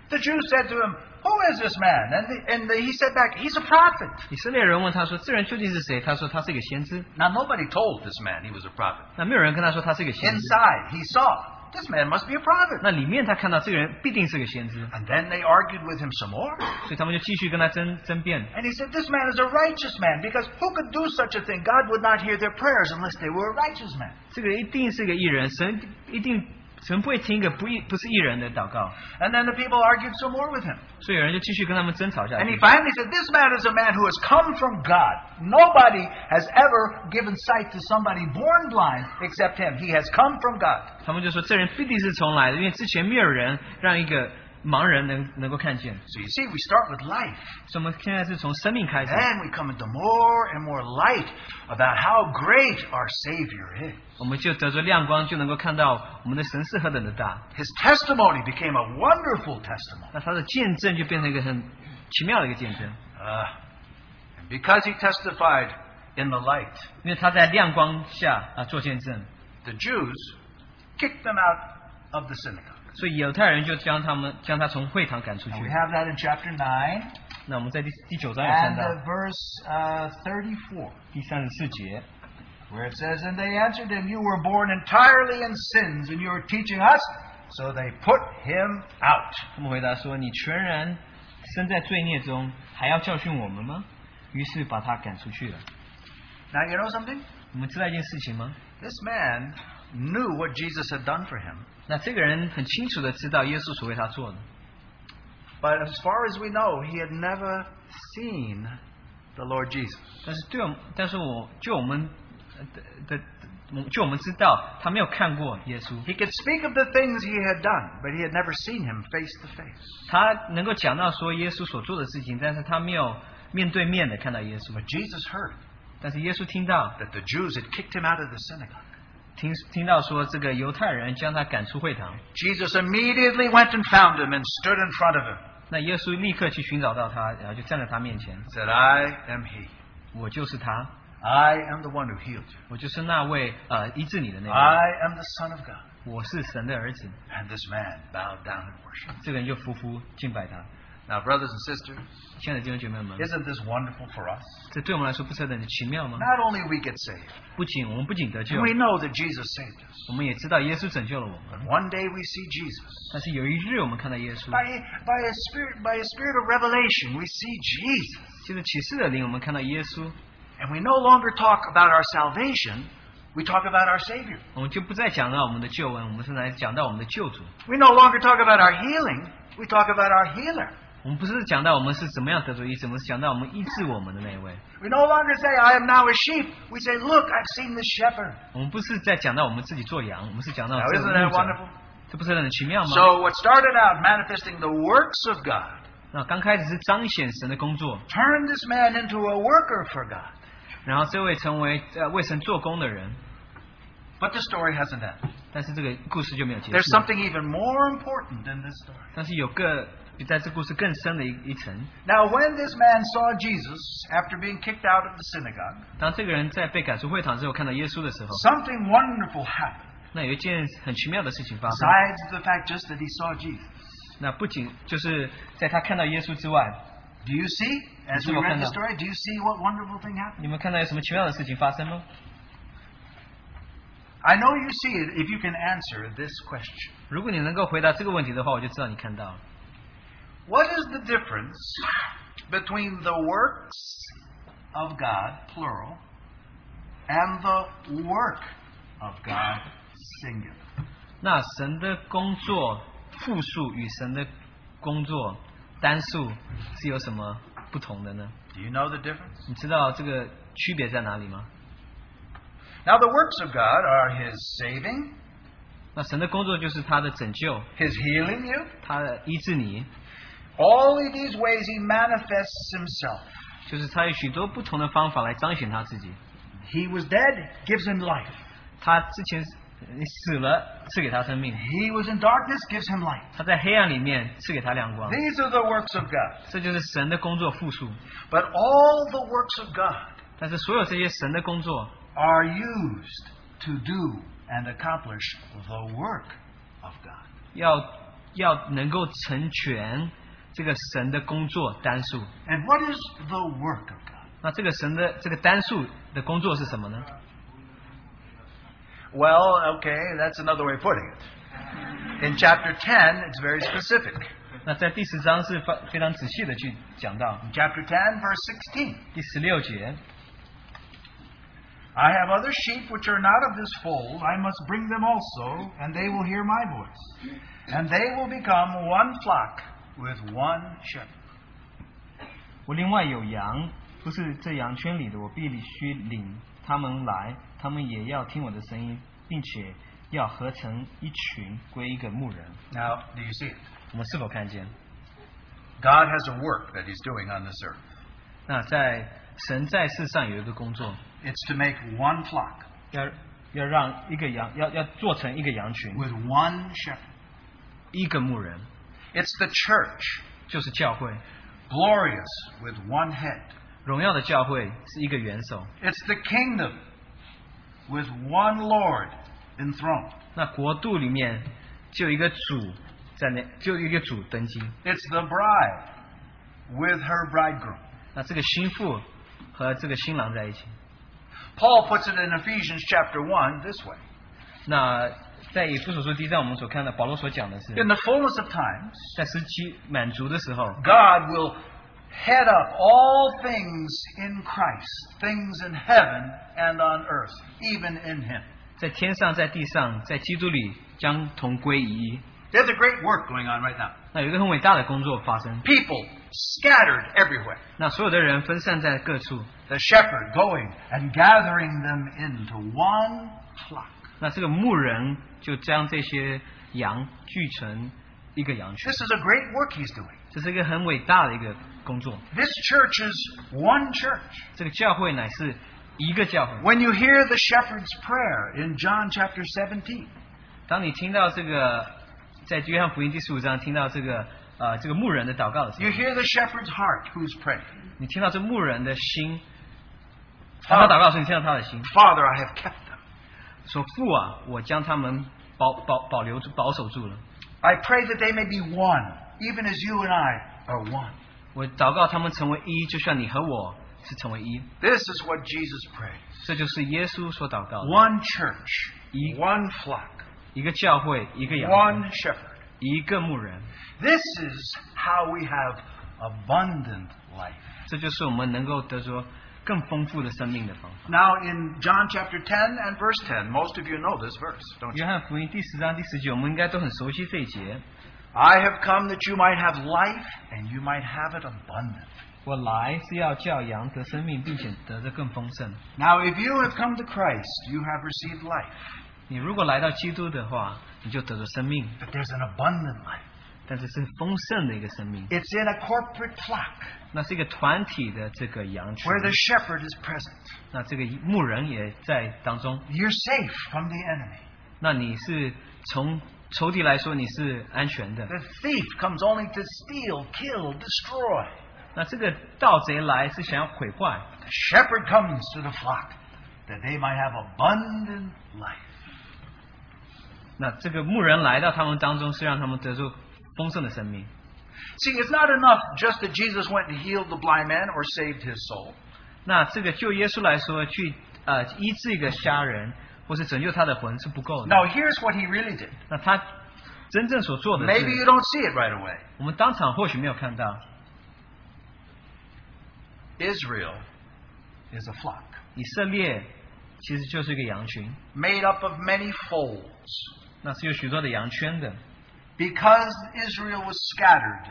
Speaker 2: The Jews said to him, Who is this man? And, the, and the, he said back, He's a prophet.
Speaker 1: 以色列人问他说这人究竟是谁？他说他是一个先知。
Speaker 2: Now, nobody told this man he was a prophet.
Speaker 1: 那没有人跟他说他是一个先知。
Speaker 2: Inside, he saw, This man must be a prophet.
Speaker 1: 那里面他看到这个人必定是个先知，
Speaker 2: And then they argued with him some more.
Speaker 1: 所以他们就继续跟他争争辩。
Speaker 2: And he said, This man is a righteous man because who could do such a thing? God would not hear their prayers unless they were a righteous man.
Speaker 1: 这个一定是个艺人，神一定神不会听一个不艺不是艺人的祷告，
Speaker 2: And then the people argued some more with him.
Speaker 1: 所以有人就继续跟他们争吵下
Speaker 2: And he
Speaker 1: 去。
Speaker 2: finally said, This man is a man who has come from God. Nobody has ever given sight to somebody born blind except him. He has come from God.
Speaker 1: 他们就说这人必定是从来的，因为之前没有人让一个盲人能能够看见。
Speaker 2: So you see, we start with life.
Speaker 1: 所以我们现在是从生命开始，
Speaker 2: Then we come into more and more light about how great our Savior is.
Speaker 1: 我们就得着亮光，就能够看到我们的神是何等的大。
Speaker 2: His testimony became a wonderful testimony.
Speaker 1: 那他的见证就变成一个很奇妙的一个见证，
Speaker 2: Uh, and because he testified in the light,
Speaker 1: 因为他在亮光下啊做见证，
Speaker 2: the Jews kicked them out of the synagogue.
Speaker 1: 所以犹太人就将他们将他从会堂赶出去
Speaker 3: And we。have that in chapter 9
Speaker 1: 那我们在第第九章也
Speaker 3: and
Speaker 1: 看到
Speaker 3: uh, verse uh, 34,
Speaker 1: 第三十四节。
Speaker 3: where it says, And they answered him, You were
Speaker 2: were born entirely in sins, and you are teaching us. So they put him out.
Speaker 1: 他们回答说：“你全然生在罪孽中，还要教训我们吗？”于是把他赶出去了。
Speaker 2: Now, you know something?
Speaker 1: 你们知道一件事情吗？
Speaker 2: This man knew what Jesus had done for him.
Speaker 1: 那这个人很清楚的知道耶稣所为他做的，
Speaker 2: But as far as we know, he had never seen the Lord Jesus.
Speaker 1: 但是对我们，但是我就我们呃的的，我就我们知道他没有看过耶稣，
Speaker 2: He could speak of the things he had done, but he had never seen him face to face.
Speaker 1: 他能够讲到说耶稣所做的事情，但是他没有面对面的看到耶稣
Speaker 2: But。Jesus heard
Speaker 1: 但是耶稣听到
Speaker 2: that the Jews had kicked him out of the synagogue.
Speaker 1: 听听到说这个犹太人将他赶出会堂，
Speaker 2: Jesus immediately went and found him and stood in front of him.
Speaker 1: 那耶稣立刻去寻找到他，然后就站在他面前，
Speaker 2: Said, I am he.
Speaker 1: 我就是他。
Speaker 2: I am the one who healed you.
Speaker 1: 我就是那位呃医治你的那位，
Speaker 2: I am the Son of God.
Speaker 1: 我是神的儿子。
Speaker 2: And this man bowed down and worshiped.
Speaker 1: 这个人就服服敬拜他。
Speaker 2: Now, brothers and sisters,
Speaker 1: 亲爱的弟兄姐妹们，
Speaker 2: isn't this wonderful for us?
Speaker 1: 这对我们来说不是很奇妙吗？
Speaker 2: Not only we get saved,
Speaker 1: 不仅我们不仅得救，
Speaker 2: we know that Jesus saved us.
Speaker 1: 我们也知道耶稣拯救了我们。
Speaker 2: One day we see Jesus.
Speaker 1: 但是有一日我们看到耶稣，
Speaker 2: By, by, a spirit, by a spirit of revelation, we see Jesus.
Speaker 1: 借着启示的灵，我们看到耶稣，
Speaker 2: And we no longer talk about our salvation, we talk about our Savior.
Speaker 1: 我们就不再讲到我们的救恩，我们是来讲到我们的救主。
Speaker 2: We no longer talk about our healing, we talk about our healer.
Speaker 1: 我们不是讲到我们是怎么样得着医治，我们是讲到我们医治我们的那一位。
Speaker 2: We no longer say, I am now a sheep. We say, Look, I've seen the shepherd.
Speaker 1: 我们不是在讲到我们自己做羊，我们是讲到
Speaker 2: Now,
Speaker 1: 这个
Speaker 2: isn't
Speaker 1: 牧
Speaker 2: that
Speaker 1: 者
Speaker 2: wonderful?。
Speaker 1: 这不是很奇妙吗？
Speaker 2: So, what started out manifesting the works of God
Speaker 1: 那刚开始是彰显神的工作，
Speaker 2: turned this man into a worker for God.
Speaker 1: 然后这位成为呃为神做工的人，
Speaker 2: But the story hasn't ended.
Speaker 1: 但是这个故事就没有结
Speaker 2: There's
Speaker 1: 束。
Speaker 2: something even more important in this story.
Speaker 1: 但是有个比在这故事更深的一一层，
Speaker 2: Now, when this man saw Jesus after being kicked out of the synagogue,
Speaker 1: 当这个人在被赶出会堂之后看到耶稣的时候，
Speaker 2: something wonderful happened.
Speaker 1: 那有一件很奇妙的事情发生。
Speaker 2: Besides the fact just that he saw Jesus.
Speaker 1: 那不仅就是在他看到耶稣之外，
Speaker 2: Do you see, as we
Speaker 1: Yes,
Speaker 2: read the
Speaker 1: Lord.
Speaker 2: story, do you see what wonderful thing happened?
Speaker 1: 你们看到有什么奇妙的事情发生吗？
Speaker 2: I know you see it if you can answer this question.
Speaker 1: 如果你能够回答这个问题的话，我就知道你看到了。
Speaker 2: What is the difference between the works of God, plural, and the work of God, singular?
Speaker 1: 那神的工作复数与神的工作单数是有什么不同的呢？
Speaker 2: Do you know the difference?
Speaker 1: 你知道这个区别在哪里吗？
Speaker 2: Now, the works of God are His saving,
Speaker 1: 那神的工作就是他的拯救，
Speaker 2: His healing you,
Speaker 1: 他的医治你，
Speaker 2: all in these ways He manifests Himself.
Speaker 1: 就是他有许多不同的方法来彰显他自己。
Speaker 2: He was dead, gives Him life.
Speaker 1: 他之前呃死了，赐给他生命；
Speaker 2: He was in darkness, gives Him light.
Speaker 1: 他在黑暗里面赐给他亮光。
Speaker 2: These are the works of God.
Speaker 1: 这就是神的工作复数。
Speaker 2: But all the works of God
Speaker 1: 但是所有这些神的工作，
Speaker 2: are used to do and accomplish the work of God.
Speaker 1: 要要能够成全这个神的工作单数。
Speaker 2: And what is the work of God?
Speaker 1: 那这个神的这个单数的工作是什么呢？
Speaker 2: Well, okay, that's another way of putting it. In chapter 10, it's very specific.
Speaker 1: 那在第十章是非非常仔细的去讲到
Speaker 2: In chapter 10, verse 16.
Speaker 1: 第十六节，
Speaker 3: I have other sheep which are not of this fold. I must bring them also, and they will hear my voice. And they will become one flock with one shepherd.
Speaker 1: 我另外有羊，不是这羊圈里的，我必须领他们来，他们也要听我的声音，并且要合成一群，归一个牧人。
Speaker 2: Now, do you see it?
Speaker 1: 我们是否看见？
Speaker 2: God has a work that He's doing on this earth.
Speaker 1: 那在神在世上有一个工作，
Speaker 2: It's to make one flock
Speaker 1: 要要让一个羊，要要做成一个羊群，
Speaker 2: with one shepherd.
Speaker 1: 一个牧人，
Speaker 2: It's the church,
Speaker 1: 就是教会。
Speaker 2: glorious with one head.
Speaker 1: 荣耀的教会是一个元首，
Speaker 2: It's the kingdom with one Lord enthroned.
Speaker 1: 那国度里面就有一个主在那，就有一个主登基。
Speaker 2: It's the bride with her bridegroom.
Speaker 1: 那这个心腹和这个新郎在一起。
Speaker 2: Paul puts it in Ephesians chapter 1 this way
Speaker 1: 那在以弗所书第一章，我们所看到保罗所讲的是，
Speaker 2: In the fullness of times,
Speaker 1: 在时期满足的时候，
Speaker 2: God will head up all things in Christ, things in heaven and on earth, even in Him.
Speaker 1: 在天上，在地上，在基督里将同归于一。
Speaker 2: There's a great work going on right now.
Speaker 1: 那有一个很伟大的工作发生，
Speaker 2: People scattered everywhere.
Speaker 1: 那所有的人分散在各处，
Speaker 2: The shepherd going and gathering them into one flock.
Speaker 1: 那这个牧人就将这些羊聚成一个羊群
Speaker 2: This，is a great work he's doing.
Speaker 1: 这是一个很伟大的一个工作。
Speaker 2: This church is one church.
Speaker 1: 这个教会乃是一个教会。
Speaker 2: When you hear the shepherd's prayer in John chapter 17,
Speaker 1: 当你听到这个，在约翰福音第十五章听到这个呃这个牧人的祷告的时
Speaker 2: you
Speaker 1: 候，
Speaker 2: hear the shepherd's heart who's praying.
Speaker 1: 你听到这牧人的心，当他祷告的时候，你听到他的心
Speaker 2: Father, I have kept them.
Speaker 1: 说：“父啊，我将他们保保保留住、保守住了。
Speaker 2: I pray that they may be one, even as you and I are one.
Speaker 1: 我祷告他们成为一，就像你和我是成为一。
Speaker 2: This is what Jesus prayed. ”
Speaker 1: 这就是耶稣所祷告的：
Speaker 2: One church,
Speaker 1: Ye-
Speaker 2: one flock,
Speaker 1: 一个教会，一个羊群，
Speaker 2: one shepherd.
Speaker 1: 一个牧人。
Speaker 2: This is how we have abundant life.
Speaker 1: 这就是我们能够得着更丰富的生命的方法。
Speaker 2: Now, in John chapter 10 and verse 10, most of you know this verse, don't you?
Speaker 1: 约翰福音第十章第十节，我们应该都很熟悉这一节。
Speaker 2: I have come that you might have life and you might have it abundant.
Speaker 1: 我来是要叫羊得生命，并且得着更丰盛。
Speaker 2: Now, if you have come to Christ, you have received life,
Speaker 1: 你如果来到基督的话，你就得着生命，
Speaker 2: but there's an abundant life.
Speaker 1: 但是是丰盛的一个生命。
Speaker 2: It's in a corporate flock
Speaker 1: 那是一个团体的这个羊群
Speaker 2: where，the shepherd is present.
Speaker 1: 那这个牧人也在当中。
Speaker 2: You're safe from the enemy.
Speaker 1: 那你是从仇敌来说你是安全的，
Speaker 2: The thief comes only to steal, kill, destroy.
Speaker 1: 那这个盗贼来是想要毁坏，
Speaker 2: The shepherd comes to the flock that they might have abundant life.
Speaker 1: 那这个牧人来到他们当中是让他们得着丰盛的生命。
Speaker 2: See, it's not enough just that Jesus went and healed the blind man or saved his soul.
Speaker 1: 那这个就耶稣来说，去呃医治一个瞎人，或是拯救他的魂是不够的。
Speaker 2: No, here's what he really did.
Speaker 1: 那他真正所做的
Speaker 2: Maybe
Speaker 1: 是，
Speaker 2: you don't see it right away.
Speaker 1: 我们当场或许没有看到，
Speaker 2: Israel is a flock
Speaker 1: 以色列其实就是一个羊群，
Speaker 2: made up of many folds.
Speaker 1: 那是有许多的羊圈的。
Speaker 2: because Israel was scattered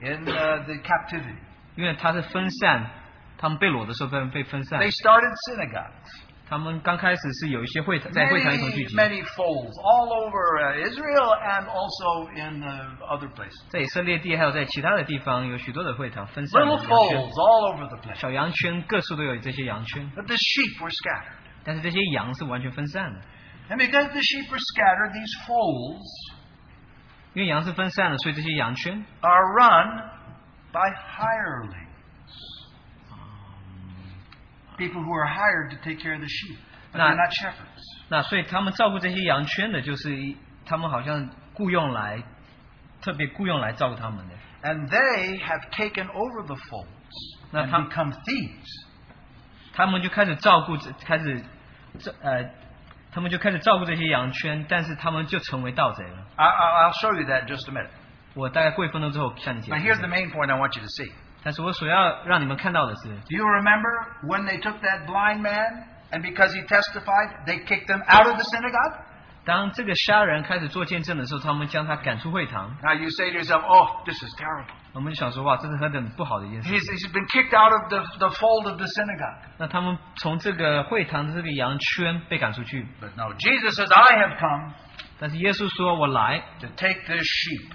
Speaker 2: in uh, the captivity.
Speaker 1: 因为他是分散，他们被掳的时候被被分散
Speaker 2: They，started synagogues,
Speaker 1: 他们刚开始是有一些会在会堂里头聚
Speaker 2: many,
Speaker 1: 集，
Speaker 2: many folds, all over uh, Israel and also in uh, other places.
Speaker 1: 在以色列地还有在其他的地方有许多的会堂分散的
Speaker 2: Little
Speaker 1: 羊圈
Speaker 2: folds，all over the place.
Speaker 1: 小羊圈各处都有这些羊圈，
Speaker 2: But the sheep were scattered.
Speaker 1: 但是这些羊是完全分散的，
Speaker 2: And because the sheep are scattered, these folds
Speaker 1: 因为羊是分散的，所以这些羊圈
Speaker 2: are run by hirelings. People who are hired to take care of the sheep, but
Speaker 1: Now-
Speaker 2: they're not shepherds.
Speaker 1: 那所以他们照顾这些羊圈的，就是一他们好像雇佣来，特别雇佣来照顾他们的。
Speaker 2: And they have taken over the folds
Speaker 1: Now,
Speaker 2: and
Speaker 1: Tom-
Speaker 2: become thieves.
Speaker 1: 他们就开始照顾这，开始这呃，他们就开始照顾这些羊圈，但是他们就成为盗贼了。
Speaker 2: I, I, I'll show you that in just a minute.
Speaker 1: 我大概过一分钟之后向你解
Speaker 2: But
Speaker 1: 释
Speaker 2: here's the。main point I want you to see.
Speaker 1: 但是我所要让你们看到的是，
Speaker 2: Do you remember when they took that blind man and because he testified, they kicked him out of the synagogue?
Speaker 1: 当这个虾人开始做见证的时候，他们将他赶出会堂。
Speaker 2: Now you say to yourself, oh, this is terrible.
Speaker 1: 我们就想说，哇，这是何等不好的一件事
Speaker 2: He's,。he's been kicked out of the, the fold of the synagogue.
Speaker 1: 那他们从这个会堂的这个羊圈被赶出去，
Speaker 2: But no, Jesus says, I have come
Speaker 1: 但是耶稣说：“我来
Speaker 2: to take this sheep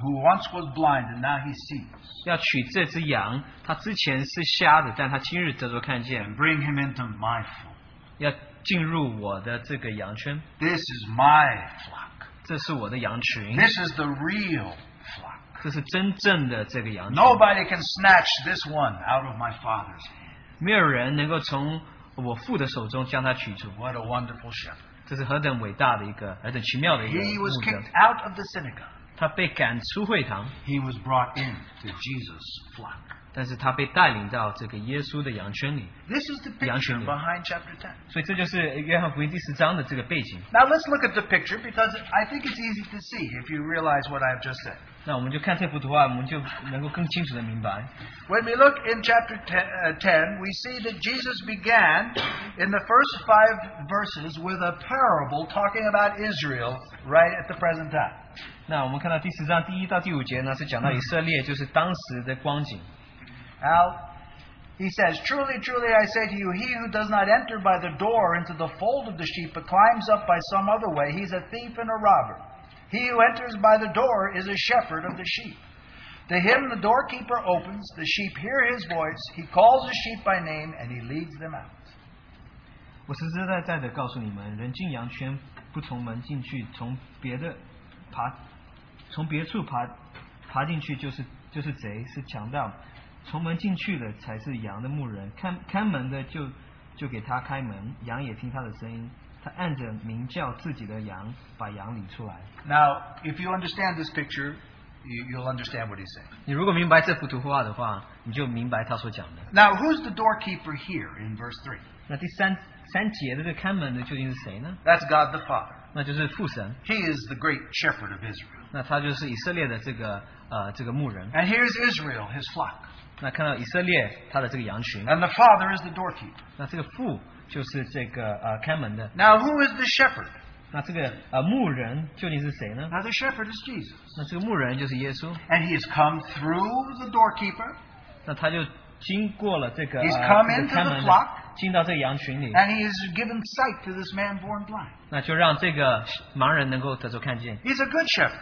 Speaker 2: who once was blind and now he sees
Speaker 1: 要取这只羊，它之前是瞎的，但它今日得着看见
Speaker 2: and，bring him into my fold.
Speaker 1: 要进入我的这个羊圈，
Speaker 2: This is my flock.
Speaker 1: 这是我的羊群，
Speaker 2: This is the real flock.
Speaker 1: 这是真正的这个羊群，
Speaker 2: Nobody can snatch this one out of my father's hand.
Speaker 1: 没有人能够从我父的手中将它取出。
Speaker 2: What a wonderful shepherd.
Speaker 1: 这是何等伟大的一个，何等奇妙的一个
Speaker 2: He was
Speaker 1: 牧者
Speaker 2: kicked！out of the synagogue.
Speaker 1: 他被赶出会堂，
Speaker 2: He was brought in to Jesus' flock.
Speaker 1: 但是他被带领到这个耶稣的羊圈里。
Speaker 2: This is the picture
Speaker 1: Yanchen.
Speaker 2: behind chapter 10.
Speaker 1: 所以这就是约翰福音第十章的这个背景。
Speaker 2: Now let's look at the picture because I think it's easy to see if you realize what I've just said.
Speaker 1: 那我们就看这幅图画，我们就能够更清楚的明白。
Speaker 2: When we look in chapter 10, uh, 10, we see that Jesus began in the first five verses with a parable talking about Israel right at the present time.
Speaker 1: 那我们看到第十章第一到第五节呢，是讲到以色列，就是当时的光景。
Speaker 2: Al, he says, Truly, truly, I say to you, he who does not enter by the door into the fold of the sheep, but climbs up by some other way, he's a thief and a robber. He who enters by the door is a shepherd of the sheep. To him the doorkeeper opens, the sheep hear his voice, he calls the sheep by name, and he leads them out.
Speaker 1: 我实实在在的告诉你们，人进羊圈不从门进去，从别的爬，从别处爬爬进去就是就是贼，是强盗。从门进去的才是羊的牧人，看看门的就就给他开门，羊也听他的声音。他按着鸣叫自己的羊，把羊领出来。
Speaker 2: Now, if you understand this picture, you, you'll understand what he's saying.
Speaker 1: 你如果明白这幅图画的话，你就明白他所讲的。
Speaker 2: Now, who's the doorkeeper here in verse 3?
Speaker 1: 那第三三节的这看门的究竟是谁呢？
Speaker 2: That's God the Father.
Speaker 1: 那就是父神，
Speaker 2: He is the great shepherd of Israel.
Speaker 1: 那他就是以色列的这个呃这个牧人。
Speaker 2: And here's Israel, his flock.
Speaker 1: 那看到以色列他的这个羊群，
Speaker 2: And the father is the doorkeeper.
Speaker 1: 那这个父就是这个呃看门的，
Speaker 2: Now, who is the shepherd?
Speaker 1: 那这个呃牧人究竟是谁呢？
Speaker 2: Now, the shepherd is Jesus.
Speaker 1: 那这个牧人就是耶稣，
Speaker 2: And he has come through the doorkeeper,
Speaker 1: 那他就经过了这个
Speaker 2: He's
Speaker 1: 呃
Speaker 2: come
Speaker 1: 这
Speaker 2: into
Speaker 1: 个
Speaker 2: the
Speaker 1: 看门的
Speaker 2: flock.，
Speaker 1: 进到这个羊群里，
Speaker 2: and he has given sight to this man born blind.
Speaker 1: 那就让这个盲人能够得着看见。
Speaker 2: He's a good shepherd.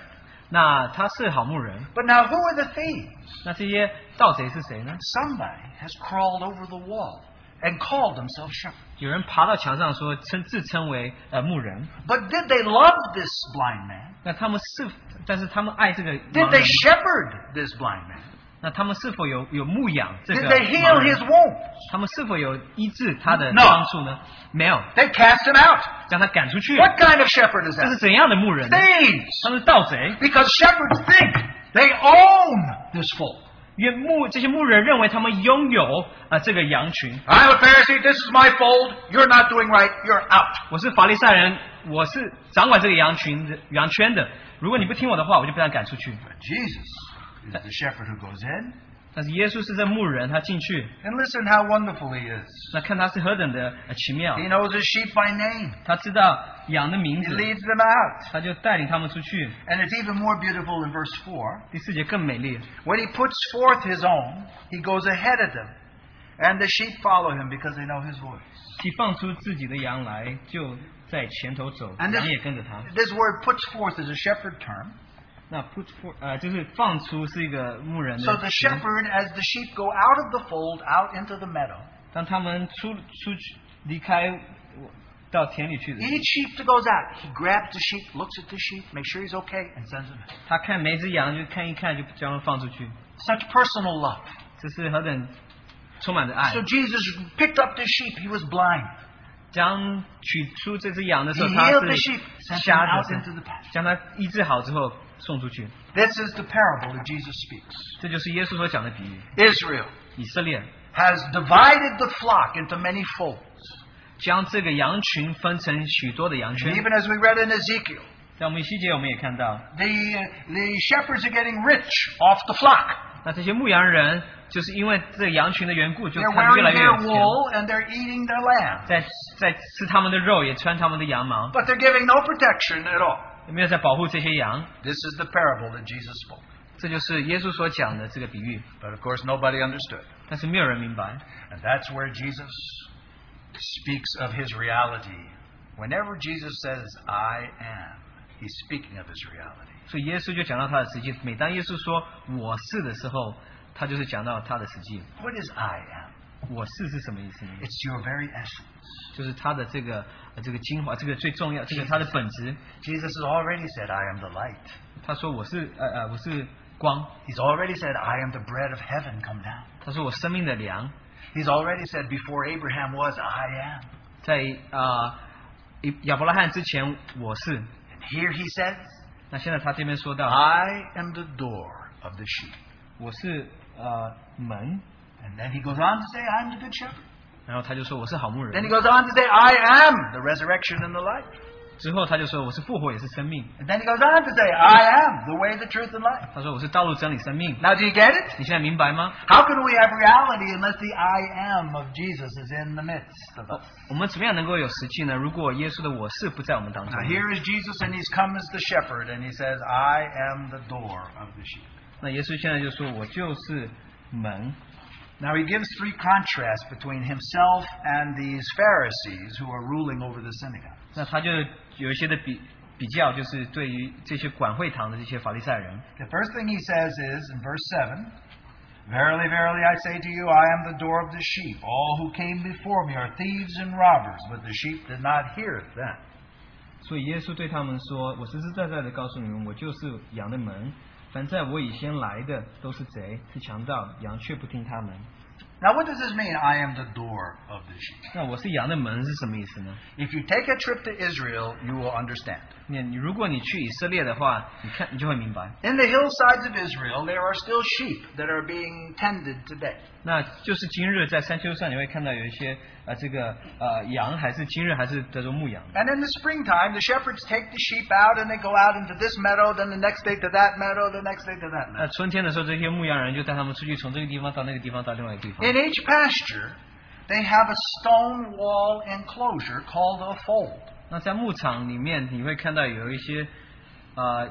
Speaker 1: 那他是好牧人，
Speaker 2: But now, who are the thieves?
Speaker 1: 那这些盗贼是谁呢？
Speaker 2: Somebody has crawled over the wall and called himself shepherd.
Speaker 1: 有人爬到墙上说称自称为呃牧人，
Speaker 2: But did they love this blind man?
Speaker 1: 那他们是，但是他们爱这个
Speaker 2: Did
Speaker 1: 盲
Speaker 2: they
Speaker 1: 人，
Speaker 2: shepherd this blind man?
Speaker 1: 那他们是否有有牧养这
Speaker 2: Did
Speaker 1: 个
Speaker 2: they
Speaker 1: 盲
Speaker 2: heal
Speaker 1: 人
Speaker 2: his wounds?
Speaker 1: 他们是否有医治他的
Speaker 2: No
Speaker 1: 帮助呢？没有，
Speaker 2: They cast him out.
Speaker 1: 将他赶出去。
Speaker 2: What kind of shepherd is
Speaker 1: 这是
Speaker 2: that?
Speaker 1: 怎样的牧人呢？
Speaker 2: Thieves!
Speaker 1: 他们是盗贼，
Speaker 2: Because shepherds think they own this fold.
Speaker 1: 因为牧这些牧人认为他们拥有啊、呃这个羊群。
Speaker 2: I'm a Pharisee. This is my fold. You're not doing right. You're out.
Speaker 1: 我是法利赛人，我是掌管这个羊群的羊圈的。如果你不听我的话，我就被他赶出去。
Speaker 2: But Jesus is the shepherd who goes in
Speaker 1: 但是耶稣是这牧人，他进去，
Speaker 2: And listen how wonderful he is.
Speaker 1: 那看他是何等的呃奇妙
Speaker 2: He，knows his sheep by name.
Speaker 1: 他知道羊的名
Speaker 2: He
Speaker 1: 字，
Speaker 2: leads them out.
Speaker 1: 他就带领他们出去。
Speaker 2: And it's even more beautiful in verse 4.
Speaker 1: 第四节更美丽，
Speaker 2: When he puts forth his own, he goes ahead of them. And the sheep follow him because they know his voice.
Speaker 1: 既放出自己的羊来，就在前头走，
Speaker 2: And this-
Speaker 1: 羊也跟着他。
Speaker 2: This word puts forth is a shepherd term.
Speaker 1: 那 put for 呃，就是放出是一个牧人
Speaker 2: So
Speaker 1: 的
Speaker 2: the
Speaker 1: 词。
Speaker 2: shepherd, as the sheep go out of the fold, out into the meadow,
Speaker 1: 当他们出出去离开我到田里去的时候，
Speaker 2: each sheep that goes out, he grabs the sheep, looks at the sheep, makes sure he's okay, and sends him out.
Speaker 1: 他看每只羊就看一看，就将它放出去，
Speaker 2: Such personal love.
Speaker 1: 这是何等充满着爱
Speaker 2: So。Jesus picked up the sheep. He was blind.
Speaker 1: 将取出这只羊的时
Speaker 2: He
Speaker 1: 候，他
Speaker 2: healed the sheep,
Speaker 1: 是
Speaker 2: sent him
Speaker 1: 瞎
Speaker 2: out
Speaker 1: 子
Speaker 2: into
Speaker 1: 是
Speaker 2: the pasture.
Speaker 1: 将它医治好之后送出去。
Speaker 2: This is the parable that Jesus speaks.
Speaker 1: 这就是耶稣所讲的比喻。
Speaker 2: Israel
Speaker 1: 以色列
Speaker 2: has divided the flock into many folds.
Speaker 1: 将这个羊群分成许多的羊
Speaker 2: And
Speaker 1: 圈。
Speaker 2: even as we read in Ezekiel,
Speaker 1: 在我们细节我们也看到，
Speaker 2: the, uh, the shepherds are getting rich off the flock.
Speaker 1: 那这些牧羊人就是因为这羊群的缘故，就
Speaker 2: They're
Speaker 1: 看越来
Speaker 2: wearing
Speaker 1: 越有
Speaker 2: their
Speaker 1: 钱，
Speaker 2: wool and they're eating their lamb.
Speaker 1: 在在吃他们的肉，也穿他们的羊毛，
Speaker 2: But they're giving no protection at all.
Speaker 1: 没有在保护这些羊。
Speaker 2: This is the parable that Jesus spoke.
Speaker 1: 这就是耶稣所讲的这个比喻，
Speaker 2: But of course, nobody understood.
Speaker 1: 但是没有人明白。
Speaker 2: And that's where Jesus speaks of his reality. Whenever Jesus says, I am, he's speaking of his reality.
Speaker 1: 所以耶稣就讲到他的实际。每当耶稣说“我是”的时候，他就是讲到他的实际。
Speaker 2: What is I
Speaker 1: “
Speaker 2: am?
Speaker 1: 我是”是什么意思呢？
Speaker 2: It's your very essence.
Speaker 1: 就是他的这个呃这个精华，这个最重要，这个他的本质。
Speaker 2: Jesus has already said, I am the light.
Speaker 1: 他说我是呃呃我是光，
Speaker 2: He's already said, I am the bread of heaven come down.
Speaker 1: 他说我生命的粮，
Speaker 2: He's already said, before Abraham was, I am.
Speaker 1: 在啊以亚伯拉罕之前我是。
Speaker 2: And here he says,
Speaker 1: 那现在他这边说到
Speaker 2: I am the door of the sheep.
Speaker 1: 我是呃门，
Speaker 2: And then he goes on to say, I'm the good shepherd.
Speaker 1: 然后他就说我是好牧
Speaker 2: Then
Speaker 1: 人
Speaker 2: he，goes on to say, I am the resurrection and the life.
Speaker 1: 之后他就说我是复活也是生命，
Speaker 2: And then he goes on to say, I am the way, the truth, and life.
Speaker 1: 他说我是道路真理生命。
Speaker 2: Now, do you get it?
Speaker 1: 你现在明白吗？
Speaker 2: How can we have reality unless the I am of Jesus is in the midst of us?
Speaker 1: 呃我们怎么样能够有实际呢？如果耶稣的我是不在我们当
Speaker 2: Now,
Speaker 1: 中，
Speaker 2: 啊 here is Jesus, and he's come as the shepherd, and he says, I am the door of the sheep.
Speaker 1: 那耶稣现在就说我就是门。
Speaker 2: Now, he gives three contrasts between himself and these Pharisees who are ruling over the synagogue.
Speaker 1: 那他就有一些的比比较，就是对于这些管会堂的这些法利赛人，
Speaker 2: The first thing he says is in verse 7 Verily, verily, I say to you, I am the door of the sheep. All who came before me are thieves and robbers, but the sheep did not hear them.
Speaker 1: 所以耶稣对他们说：“我实实在在的告诉你们，我就是羊的门。凡在我以先来的，都是贼，是强盗，羊却不听他们。
Speaker 2: Now, what does this mean? I am the door of the sheep.
Speaker 1: 那我是羊的门是什么意思呢？
Speaker 2: If you take a trip to Israel, you will understand.
Speaker 1: 你你如果你去以色列的话，你看你就会明白，
Speaker 2: In the hillsides of Israel, there are still sheep that are being tended today.
Speaker 1: 那就是今日在山丘上你会看到有一些呃这个呃羊还是今日还是德州牧羊的。
Speaker 2: And in the springtime, the shepherds take the sheep out and they go out into this meadow, then the next day to that meadow, the next day to that
Speaker 1: 那
Speaker 2: meadow.
Speaker 1: 春天的时候，这些牧羊人就带他们出去，从这个地方到那个地方到另外一个地方。
Speaker 2: In each pasture, they have a stone wall enclosure called a fold.
Speaker 1: 那在牧场里面，你会看到有一些呃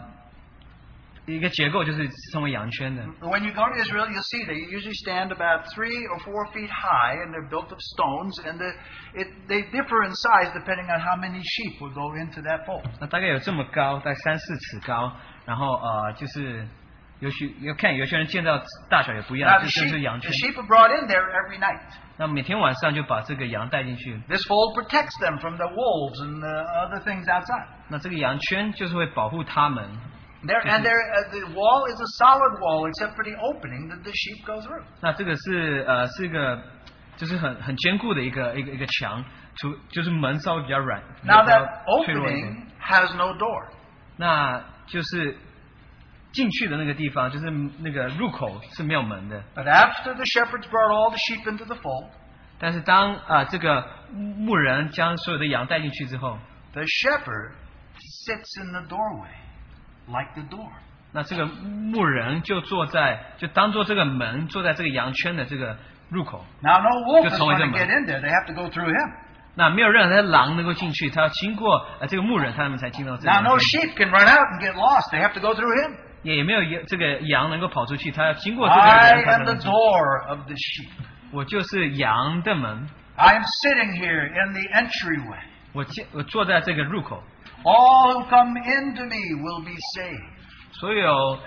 Speaker 1: 一个结构，就是称为羊圈的。
Speaker 2: When you go to Israel, you'll see they usually stand about three or four feet high, and they're built of stones, and the, it, they differ in size depending on how many sheep will go into that fold.
Speaker 1: 那大概有这么高，大概三四尺高，然后呃就是有许要看有些人建造大小也不一
Speaker 2: Now,
Speaker 1: 样，这就
Speaker 2: the
Speaker 1: 是
Speaker 2: sheep,
Speaker 1: 羊圈
Speaker 2: the。sheep are brought in there every night.
Speaker 1: 那每天晚上就把这个羊带进去，
Speaker 2: This fold protects them from the wolves and the other things outside.
Speaker 1: 那这个羊圈就是会保护它们。
Speaker 2: There, and there, uh, the wall is a solid wall except for the opening that the sheep go through.
Speaker 1: 那这个是呃是一个就是很很坚固的一个一个一个墙，除就是门稍微比较软，比较
Speaker 2: Now that
Speaker 1: 脆弱一点。
Speaker 2: opening has no door.
Speaker 1: 那就是进去的那个地方，就是那个入口是没有门的。
Speaker 2: But after the shepherds brought all the sheep into the fold,
Speaker 1: 但是当啊、呃这个牧人将所有的羊带进去之后，
Speaker 2: the shepherd sits in the doorway like the door.
Speaker 1: 那这个牧人就坐在，就当做这个门，坐在这个羊圈的这个入口。
Speaker 2: Now, no wolf
Speaker 1: Just
Speaker 2: is
Speaker 1: tell
Speaker 2: going to
Speaker 1: him.
Speaker 2: get in there. They have to go through him.
Speaker 1: 那没有任何的狼能够进去，他要经过呃这个牧人，他们才进到这个
Speaker 2: Now,
Speaker 1: 羊
Speaker 2: no
Speaker 1: 圈。
Speaker 2: sheep can run out and get lost. They have to go through him.
Speaker 1: 也也没有羊这个羊能够跑出去，他要经过这个
Speaker 2: I
Speaker 1: 人，他才
Speaker 2: am
Speaker 1: 能
Speaker 2: the
Speaker 1: 进。
Speaker 2: door of the sheep.
Speaker 1: 我就是羊的门，
Speaker 2: I am sitting here in the entryway.
Speaker 1: 我进我坐在这个入口，
Speaker 2: All who come into me will be saved.
Speaker 1: 所有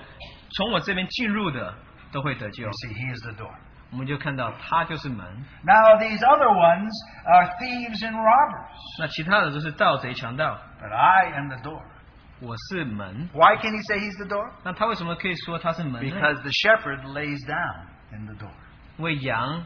Speaker 1: 从我这边进入的都会得救
Speaker 2: You。see, he is the door.
Speaker 1: 我们就看到他就是门，
Speaker 2: Now, these other ones are thieves and robbers,
Speaker 1: 那其他的都是盗贼强盗。
Speaker 2: but I am the door.
Speaker 1: 我是门，
Speaker 4: Why can he say he's the door?
Speaker 1: 那他为什么可以说他是门呢？
Speaker 2: Because the shepherd lays down in the door.
Speaker 1: 因为羊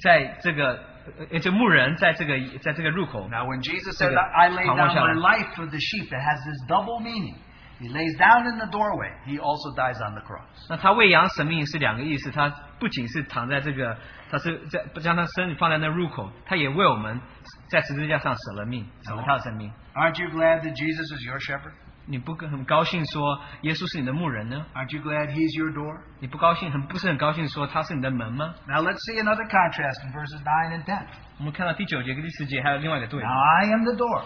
Speaker 1: 在这个，呃，这牧人在这个在这个入口，
Speaker 2: Now, when Jesus said,
Speaker 1: Okay.
Speaker 2: I I lay
Speaker 1: How
Speaker 2: down
Speaker 1: much
Speaker 2: my
Speaker 1: are-
Speaker 2: life for the sheep, it has this double meaning. He lays down in the doorway, he also dies on the cross.
Speaker 1: 那他为羊舍命是两个意思，他不仅是躺在这个，他是在将他身体放在那入口，他也为我们在十字架上舍了命，舍了他的生命。
Speaker 2: Aren't you glad that Jesus is your shepherd?
Speaker 1: 你不很高兴说耶稣是你的牧人呢？
Speaker 2: Aren't you glad he's your door?
Speaker 1: 你不高兴，很不是很高兴说他是你的门吗？
Speaker 2: Now, let's see another contrast in verses 9 and 10.
Speaker 1: 我们看到第九节跟第十节还有另外一个对比
Speaker 2: Now I am the door.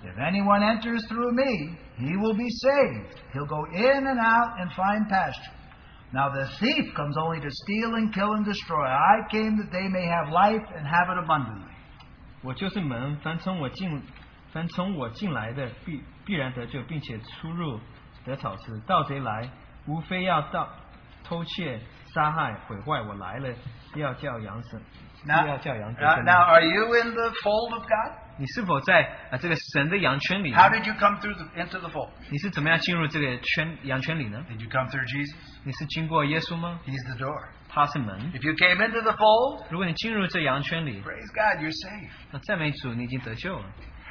Speaker 2: If anyone enters through me, he will be saved. He'll go in and out and find pasture. Now the thief comes only to steal and kill and destroy. I came that they may have life and have it abundantly.
Speaker 1: 我就是门，凡从我进，凡从我进来的必必然得救，并且出入得草吃。盗贼来，无非要盗、偷窃、杀害、毁坏。我来了，要叫羊神，
Speaker 2: Now,
Speaker 1: 要叫羊得
Speaker 2: now,
Speaker 1: 生
Speaker 2: now, are you in the fold of God?
Speaker 1: 你是否在啊、这个神的羊圈里呢？
Speaker 2: How did you come through the, into the fold?
Speaker 1: 你是怎么样进入这个圈羊圈里呢？
Speaker 2: Did you come through Jesus?
Speaker 1: 你是经过耶稣吗？
Speaker 2: He's the door.
Speaker 1: 他是门。
Speaker 2: If you came into the fold,
Speaker 1: 如果你进入这羊圈里，
Speaker 2: praise God, you're saved.
Speaker 1: 那赞美主，你已经得救了。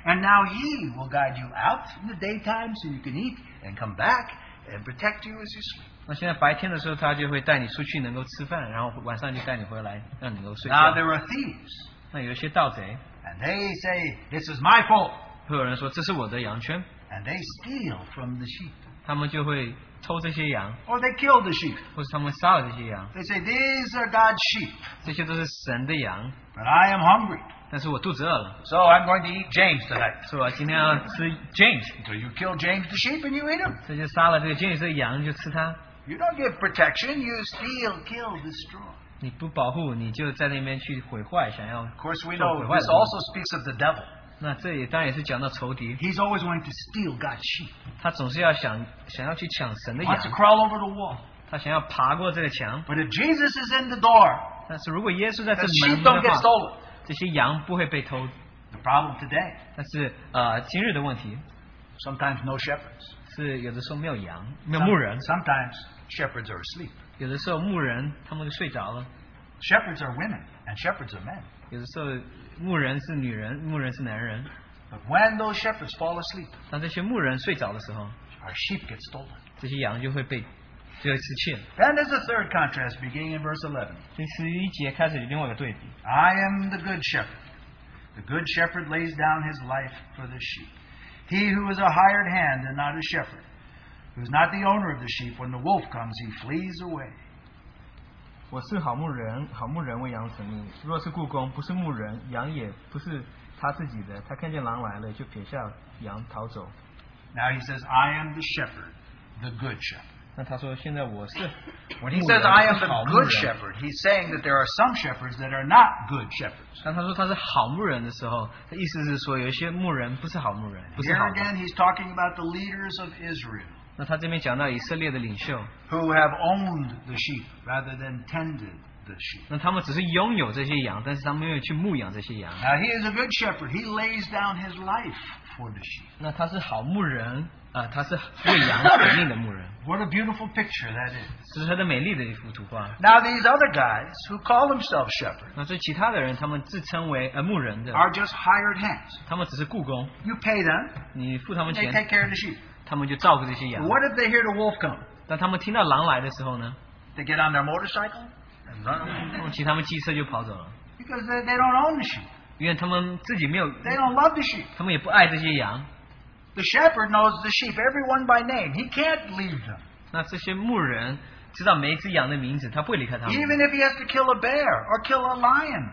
Speaker 2: And now He will guide you out in the daytime so you can eat and come back and protect you as you sleep.
Speaker 1: 那现在白天的时候，他就会带你出去，能够吃饭，然后晚上就带你回来，让你能够睡
Speaker 2: Now
Speaker 1: 觉。
Speaker 2: there are thieves.
Speaker 1: 那有一些盗贼，
Speaker 2: And they say, This is my fault.
Speaker 1: 会有人说这是我的羊圈，
Speaker 2: And they steal from the sheep.
Speaker 1: 他们就会偷这些羊，
Speaker 2: Or they kill the sheep.
Speaker 1: 或是他们杀了这些羊，
Speaker 2: They say, These are God's sheep.
Speaker 1: 这些都是神的羊。
Speaker 2: But I am hungry.
Speaker 1: 但是我肚子饿了，
Speaker 2: So I'm going to eat James tonight.
Speaker 1: 是吧？今天要吃 James，
Speaker 2: So you kill James the sheep and you eat him.
Speaker 1: 这就杀了这个 James 的羊就吃它，
Speaker 2: You don't give protection. You steal, kill, destroy.
Speaker 1: 你不保护你就在那边去毁坏，想要
Speaker 2: Of course, we
Speaker 1: So
Speaker 2: know
Speaker 1: why
Speaker 2: this
Speaker 1: not?
Speaker 2: also speaks of the devil.
Speaker 1: 那这也当然也是讲到仇敌，
Speaker 2: He's always wanting to steal God's sheep.
Speaker 1: 他总是要想想要去抢神的
Speaker 2: He
Speaker 1: 羊
Speaker 2: wants to，crawl over the wall.
Speaker 1: 他想要爬过这个墙。
Speaker 2: But if Jesus is in the door,
Speaker 1: 但是如果耶稣在这
Speaker 2: the
Speaker 1: 门
Speaker 2: sheep
Speaker 1: 的
Speaker 2: don't get
Speaker 1: 话，
Speaker 2: stolen.
Speaker 1: 这些羊不会被偷。
Speaker 2: The problem today,
Speaker 1: 但是呃，今日的问题
Speaker 2: sometimes no shepherds.
Speaker 1: 是有的时候没有羊，没有牧人。
Speaker 2: Sometimes shepherds are asleep.
Speaker 1: 有的时候牧人他们就睡着了，
Speaker 2: Shepherds are women and shepherds are men.
Speaker 1: 有的时候牧人是女人，牧人是男人。
Speaker 2: But when those shepherds fall asleep,
Speaker 1: 当这些牧人睡着的时候，
Speaker 2: our sheep get stolen.
Speaker 1: 这些羊就会被就会失窃。
Speaker 2: Then there's a third contrast beginning in verse 11.
Speaker 1: 第十一节开始有另外一个对比，
Speaker 2: I am the good shepherd. The good shepherd lays down his life for the sheep. He who is a hired hand and not a shepherd, who is not the owner of the sheep, when the wolf comes, he flees away.
Speaker 1: 我是好牧人，好牧人为羊舍命。若是故宫不是牧人，羊也不是他自己的，他看见狼来了就撇下羊逃走。
Speaker 2: Now he says, I am the shepherd, the good shepherd.
Speaker 1: 那他说现在我 是
Speaker 2: When he
Speaker 1: 牧
Speaker 2: says,
Speaker 1: 人
Speaker 2: I am
Speaker 1: 是好
Speaker 2: the
Speaker 1: 牧
Speaker 2: good
Speaker 1: 人。
Speaker 2: shepherd, he's saying that there are some shepherds that are not good shepherds.
Speaker 1: 当他说他是好牧人的时候，他意思是说有一些牧人不是好牧人，不是
Speaker 2: Here
Speaker 1: 好牧人。
Speaker 2: again, he's talking about the leaders of Israel.
Speaker 1: 那他这边讲到以色列的领袖，
Speaker 2: who have owned the sheep rather than tended the sheep.
Speaker 1: 那他们只是拥有这些羊，但是他们没有去牧养这些羊。
Speaker 2: Now he is a good shepherd. He lays down his life for the sheep.
Speaker 1: 那他是好牧人啊、他是为羊舍命的牧人，
Speaker 2: What a beautiful picture that is.
Speaker 1: 这是他的美丽的一幅图画。
Speaker 2: Now these other guys who call themselves shepherds
Speaker 1: 那这其他的人，他们自称为呃牧人的，
Speaker 2: are just hired hands.
Speaker 1: 他们只是雇工，
Speaker 2: You pay them,
Speaker 1: 你付他们
Speaker 2: they
Speaker 1: 钱，
Speaker 2: take care of the sheep.
Speaker 1: 他们就照顾这些羊
Speaker 2: But。what if they hear the wolf come?
Speaker 1: 当他们听到狼来的时候呢，
Speaker 2: They get on their motorcycle and run
Speaker 1: 他
Speaker 2: away
Speaker 1: 们骑他们机车就跑走了，
Speaker 2: because they, they don't own the sheep.
Speaker 1: 因为他们自己没有，
Speaker 2: They don't love the sheep.
Speaker 1: 他们也不爱这些羊。
Speaker 2: The shepherd knows the sheep, everyone by name. He can't leave them.
Speaker 1: 那这些牧人知道每一只羊的名字，他不会离开他们。
Speaker 2: Even if he has to kill a bear or kill a lion,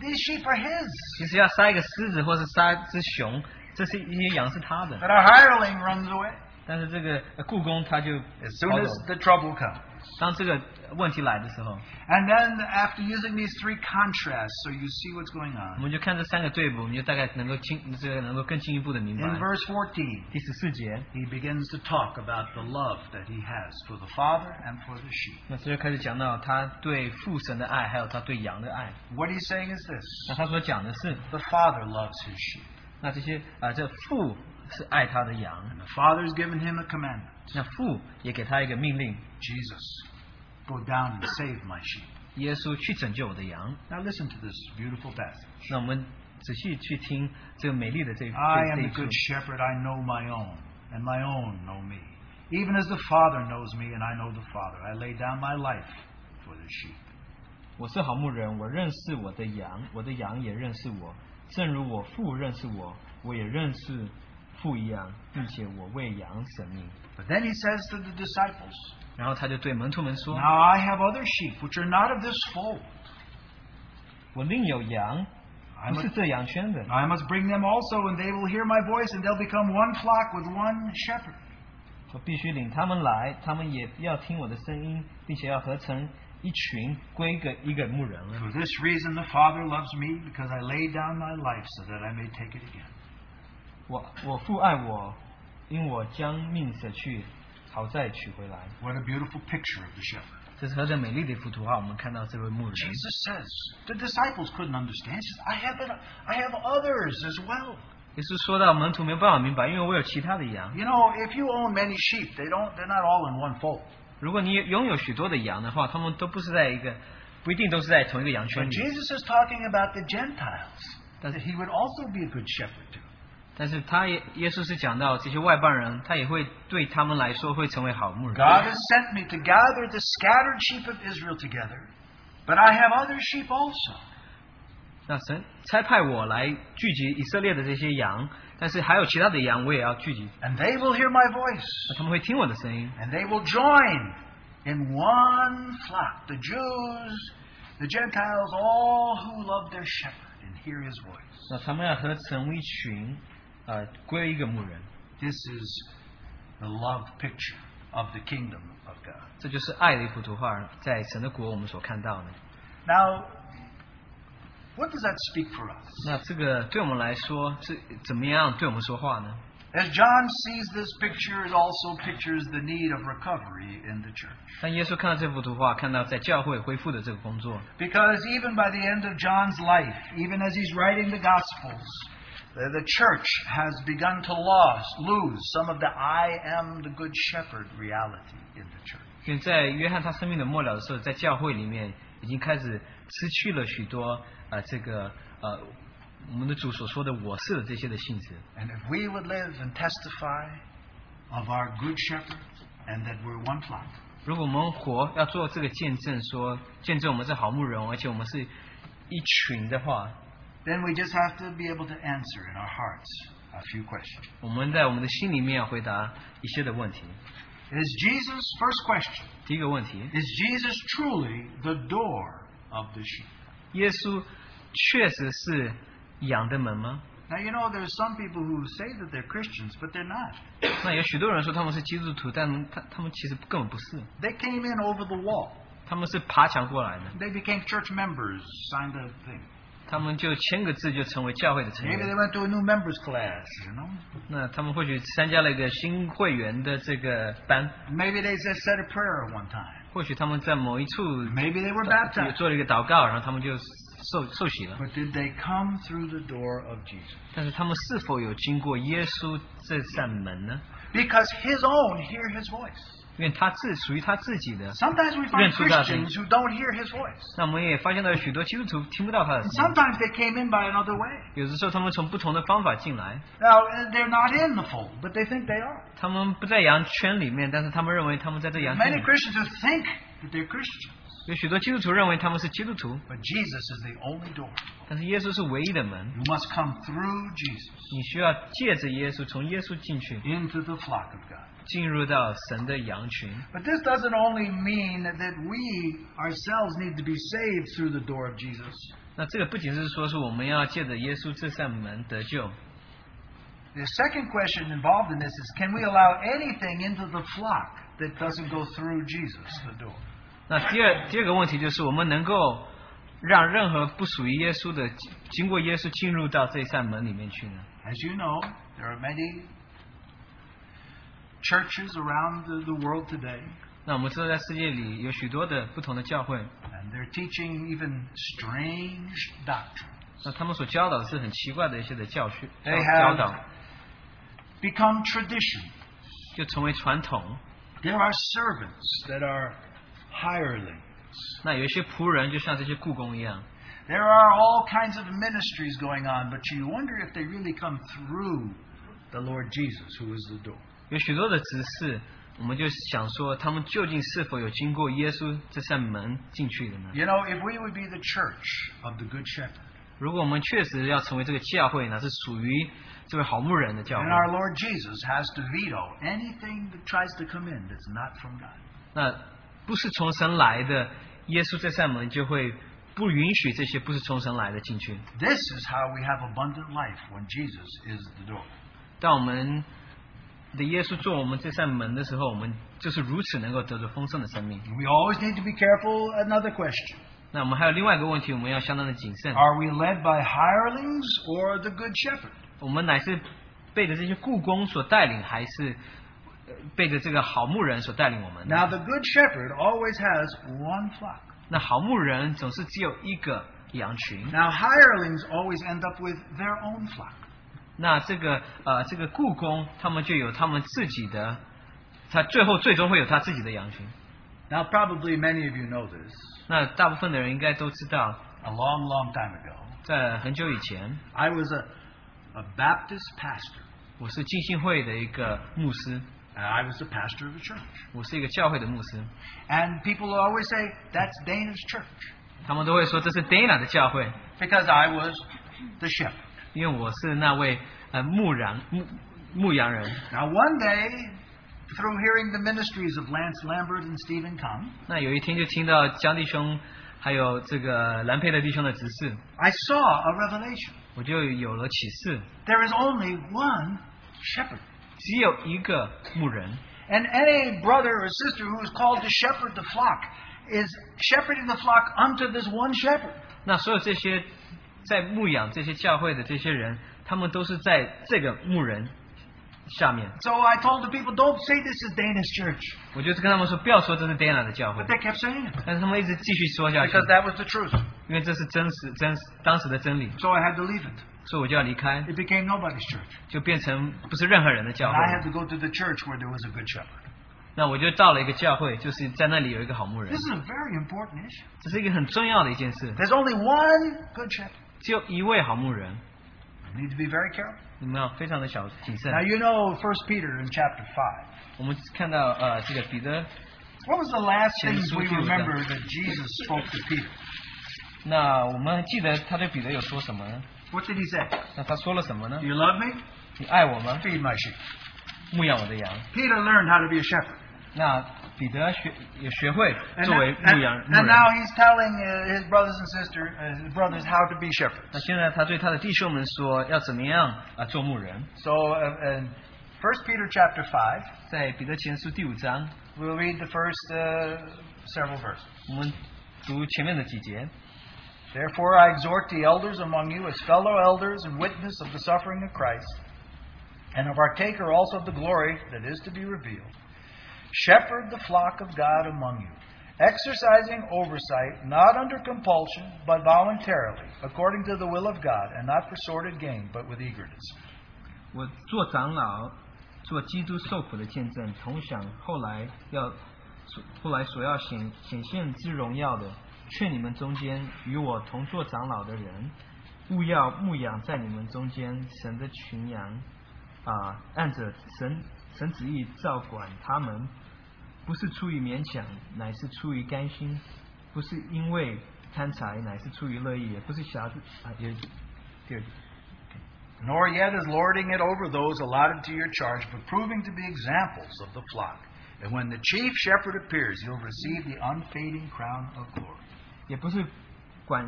Speaker 2: these sheep are his.
Speaker 1: 即使要杀一个狮子或是杀一只熊，这些一些羊是他的，
Speaker 2: But our hireling runs away
Speaker 1: 但是这个呃故宫他就
Speaker 2: as
Speaker 1: 跑
Speaker 2: soon
Speaker 1: 走
Speaker 2: as the trouble comes.
Speaker 1: 当这个问题来的时候，
Speaker 2: And then, after using these three contrasts, so you see what's going
Speaker 1: 我
Speaker 2: on.
Speaker 1: 们就看这三个队伍，你就大概能够清这个能够更进一步的明白
Speaker 2: In。verse 14,
Speaker 1: 第十四节，
Speaker 2: he begins to talk about the love that he has for the father and for the sheep.
Speaker 1: 那这就开始讲到他对父神的爱，还有他对羊的爱。
Speaker 2: What he's saying is this
Speaker 1: 那他所讲的是，
Speaker 2: the father loves his sheep,
Speaker 1: 那这些啊、呃这父是爱他的羊，
Speaker 2: and the father's given him a commandment
Speaker 1: 那父也给他一个命令：
Speaker 2: Jesus, go down and save my sheep.
Speaker 1: 耶稣去拯救我的羊。
Speaker 2: Now, listen to this beautiful passage
Speaker 1: 那我们仔细去听这个美丽的这
Speaker 2: I
Speaker 1: 这
Speaker 2: am
Speaker 1: 这一
Speaker 2: the
Speaker 1: 处
Speaker 2: good。shepherd, I know my own, and my own know me. Even as the father knows me, and I know the father, I lay down my life for the sheep.
Speaker 1: 我是好牧人，我认识我的羊，我的羊也认识我，正如我父认识我，我也认识父一样，并且我为羊舍命。
Speaker 2: But then he says to the disciples,
Speaker 1: 然后他就对门徒们说
Speaker 2: Now I have other sheep which are not of this fold.
Speaker 1: 我另有羊，
Speaker 2: I
Speaker 1: 不是
Speaker 2: must,
Speaker 1: 这羊圈的，
Speaker 2: I must bring them also, and they will hear my voice, and they'll become one flock with one shepherd.
Speaker 1: 我必须领他们来，他们也要听我的声音，并且要合成一群，归一个一个牧人了。
Speaker 2: For this reason the Father loves me, because I lay down my life so that I may take it again.
Speaker 1: 我我父爱我，因我将命舍去，好再取回来。
Speaker 2: What a beautiful picture of the shepherd.
Speaker 1: 这是何等美丽的一幅图画！我们看到这位牧人，
Speaker 2: Jesus says, the disciples couldn't understand. He says, I have, an- I have others as well.
Speaker 1: 也是说到门徒没有办法明白，因为我有其他的羊。
Speaker 2: You know, if you own many sheep, they don't, they're not all in one fold.
Speaker 1: 如果你拥有许多的羊的话，他们都不是在一个，不一定都是在同一个羊
Speaker 2: But
Speaker 1: 圈里。
Speaker 2: Jesus is talking about the Gentiles,
Speaker 1: Does-
Speaker 2: that he would also be a good shepherd to.
Speaker 1: 但是他也，耶稣是讲到这些外邦人，他也会对他们来说会成为好牧人。
Speaker 2: God has sent me to gather the scattered sheep of Israel together, but I have other sheep also.
Speaker 1: 那神差派我来聚集以色列的这些羊，但是还有其他的羊，我也要聚集，
Speaker 2: And they will hear my voice,
Speaker 1: 那他们会听我的声音，
Speaker 2: and they will join in one flock the Jews, the Gentiles, all who love their shepherd and hear his voice.
Speaker 1: 那他们要合成一群，呃，归一个牧人。
Speaker 2: This is the love picture of the kingdom of God.
Speaker 1: 这就是爱的一幅图画，在神的国我们所看到的。
Speaker 2: Now, what does that speak for us?
Speaker 1: 那这个对我们来说是怎么样对我们说话呢？
Speaker 2: As John sees this picture, it also pictures the need of recovery in the church.
Speaker 1: 当耶稣看到这幅图画，看到在教会恢复的这个工作，
Speaker 2: Because even by the end of John's life, even as he's writing the Gospels, the, the church has begun to lose, lose some of the I am the Good Shepherd reality in the church.
Speaker 1: 因为在约翰他生命的末了的时候，在教会里面已经开始失去了许多呃这个呃我们的主所说的我是的这些的性质。
Speaker 2: And if we would live and testify of our Good Shepherd and that we're one flock,
Speaker 1: 如果我们活要做这个见证说，见证我们是好牧人，而且我们是一群的话，
Speaker 2: then we just have to be able to answer in our hearts a few questions.
Speaker 1: 我们在我们的心里面要回答一些的问题。
Speaker 2: Is Jesus, first question,
Speaker 1: 第一个问题，
Speaker 2: is Jesus truly the door of the sheep?
Speaker 1: 耶稣确实是羊的门吗？
Speaker 2: Now, you know, there's some people who say that they're Christians, but they're not.
Speaker 1: 那有许多人说他们是基督徒，但他他们其实根本不是，
Speaker 2: They came in over the wall.
Speaker 1: 他们是爬墙过来的，
Speaker 2: They became church members, signed a thing.
Speaker 1: 他们就签个字就成为教会的成
Speaker 2: Maybe they
Speaker 1: 员。
Speaker 2: went to a new members class, you know.
Speaker 1: 那他们或许参加了一个新会员的这个班，
Speaker 2: Maybe they just said a prayer one time.
Speaker 1: 或许他们在某一处
Speaker 2: Maybe they were
Speaker 1: 也
Speaker 2: baptized.
Speaker 1: 做了一个祷告，然后他们就受受洗了。
Speaker 2: But did they come through the door of Jesus?
Speaker 1: 但是他们是否有经过耶稣这扇门呢？
Speaker 2: Because his own hear his voice.
Speaker 1: 因为他自属于他自己的。
Speaker 2: Sometimes we find
Speaker 1: Yes, without him.
Speaker 2: Christians who don't hear his voice.
Speaker 1: 那我们也发现到有许多基督徒听不到他的
Speaker 2: And
Speaker 1: 声音，
Speaker 2: sometimes they came in by another way.
Speaker 1: 有的时候他们从不同的方法进来，
Speaker 2: Now, uh, they're not in the fold, but they think they are.
Speaker 1: 他们不在羊圈里面，但是他们认为他们在这羊圈里
Speaker 2: Many Christians who think that they're Christians.
Speaker 1: 有许多基督徒认为他们是基督徒，
Speaker 2: But Jesus is the only door.
Speaker 1: 但是耶稣是唯一的门，
Speaker 2: You must come through Jesus
Speaker 1: 你需要借着耶稣，从耶稣进去，
Speaker 2: into the flock of God.
Speaker 1: 进入到神的羊群。
Speaker 2: But this doesn't only mean that we ourselves need to be saved through the door of Jesus.
Speaker 1: 那这个不仅是说是我们要借着耶稣这扇门得救，
Speaker 2: The second question involved in this is can we allow anything into the flock that doesn't go through Jesus, the door?
Speaker 1: 那第二第二个问题就是我们能够让任何不属于耶稣的经过耶稣进入到这扇门里面去呢？
Speaker 2: As you know, there are many churches around the, the world today,
Speaker 1: 那我们知道在世界里有许多的不同的教会，
Speaker 2: and they're teaching even strange doctrine.
Speaker 1: 那他们所教导的是很奇怪的一些的教训教
Speaker 2: They have-
Speaker 1: 教导，
Speaker 2: Become tradition.
Speaker 1: 就成为传统。
Speaker 2: There are servants that are hirelings.
Speaker 1: 那有一些仆人就像这些故宫一样，
Speaker 2: There are all kinds of ministries going on, but you wonder if they really come through the Lord Jesus, who is the door.
Speaker 1: 有许多的执事，我们就想说他们究竟是否有经过耶稣这扇门进去的呢？
Speaker 2: You know, if we would be the church of the Good Shepherd
Speaker 1: 如果我们确实要成为这个教会呢，是属于这位好牧人的教会
Speaker 2: and，our Lord Jesus has to veto anything that tries to come in that's not from God.
Speaker 1: 那不是从神来的耶稣这扇门就会不允许这些不是从神来的进去。
Speaker 2: This is how we have abundant life when Jesus is the door.
Speaker 1: 当我们的耶稣做我们这扇门的时候，我们就是如此能够得着丰盛的生命。
Speaker 2: We always need to be careful. Another question
Speaker 1: 那我们还有另外一个问题，我们要相当的谨慎。
Speaker 2: Are we led by hirelings or the Good Shepherd?
Speaker 1: 我们乃是被着这些故宫所带领，还是呃被着这个好牧人所带领我们呢？
Speaker 2: Now, the Good Shepherd always has one flock.
Speaker 1: 那好牧人总是只有一个羊群，
Speaker 2: Now, hirelings always end up with their own flock.
Speaker 1: 那这个呃这个故宫他们就有他们自己的，他最后最终会有他自己的羊群。
Speaker 2: Now, probably many of you know this.
Speaker 1: 那大部分的人应该都知道，
Speaker 2: A long, long time ago,
Speaker 1: 在很久以前，
Speaker 2: I was a, a Baptist pastor.
Speaker 1: 我是浸信会的一个牧师，
Speaker 2: And I was the pastor of a church.
Speaker 1: 我是一个教会的牧师，
Speaker 2: And people always say, that's Dana's church.
Speaker 1: 他们都会说这是 Dana 的教会，
Speaker 2: Because I was the shepherd.
Speaker 1: 因为我是那位呃牧羊牧牧羊人。
Speaker 2: Now, one day, through hearing the ministries of Lance Lambert and Stephen Kung,
Speaker 1: 那有一天就听到江弟兄还有这个兰佩的弟兄的指示，
Speaker 2: I saw a revelation.
Speaker 1: 我就有了启示，
Speaker 2: There is only one shepherd.
Speaker 1: 只有一个牧人。
Speaker 2: And any brother or sister who is called to shepherd the flock is shepherding the flock unto this one shepherd.
Speaker 1: 那所有这些在牧养这些教会的这些人，他们都是在这个牧人下面。
Speaker 2: So I told the people, don't say this is Dana's church.
Speaker 1: 我就是跟他们说，不要说这是 Dana 的教会
Speaker 2: But，they kept saying it
Speaker 1: 但是他们一直继续说下去，
Speaker 2: because that was the truth.
Speaker 1: 因为这是真实、真实当时的真理，
Speaker 2: So I had to leave it.
Speaker 1: 所以我就要离开，
Speaker 2: It became nobody's church.
Speaker 1: 就变成不是任何人的教
Speaker 2: And
Speaker 1: 会
Speaker 2: I。had to go to the church where there was a good shepherd.
Speaker 1: 那我就到了一个教会，就是在那里有一个好牧人
Speaker 2: This，is a very important issue.
Speaker 1: 这是一个很重要的一件事。
Speaker 2: There's only one good shepherd.
Speaker 1: 只有一位好牧人，
Speaker 2: We need to be very careful.
Speaker 1: 你们要非常的小谨慎
Speaker 2: Now。you know First Peter in chapter five.
Speaker 1: 我们看到呃，这个彼得，
Speaker 2: What was the last
Speaker 1: Yeah,
Speaker 2: things
Speaker 1: it's
Speaker 2: we
Speaker 1: with you,
Speaker 2: remember
Speaker 1: yeah.
Speaker 2: that Jesus spoke to Peter?
Speaker 1: 那我们记得他对彼得有说什么呢？
Speaker 2: What did he say?
Speaker 1: 那他说了什么呢
Speaker 2: Do？you love me?
Speaker 1: 你爱我吗？
Speaker 2: Feed my sheep.
Speaker 1: 牧养我的羊。
Speaker 2: Peter learned how to be a shepherd.
Speaker 1: 那彼得学也学会
Speaker 2: And,
Speaker 1: 作
Speaker 2: now,
Speaker 1: 为牧
Speaker 2: and,
Speaker 1: 羊牧
Speaker 2: and now
Speaker 1: 人。
Speaker 2: he's telling uh, his brothers and sisters, uh, his brothers, how to be shepherds.
Speaker 1: 那现在他对他的弟兄们说要怎么样啊、做牧人？
Speaker 2: So uh, in 1 Peter chapter 5,
Speaker 1: 在彼得前书第五章，
Speaker 2: we'll read the first uh, several verses.
Speaker 1: 我们读前面的几节。
Speaker 2: Therefore I exhort the elders among you as fellow elders and witness of the suffering of Christ, and a partaker also of the glory that is to be revealed. Shepherd the flock of God among you, exercising oversight, not under compulsion, but voluntarily, according to the will of God, and not for sordid gain, but with eagerness.
Speaker 1: 我做长老，做基督受苦的见证，同享后来要所后来所要显显现之荣耀的，劝你们中间与我同做长老的人，勿要牧养在你们中间神的群羊，啊、按着神神旨意照管他们，不是出于勉强，乃是出于甘心；不不是因为贪财，乃是出于乐意，也不是瑕疵啊，也第二句。
Speaker 3: Nor yet is lording it over those allotted to your charge, but proving to be examples of the flock. And when the chief shepherd appears, you'll receive the unfading crown of glory.
Speaker 1: 也不是管，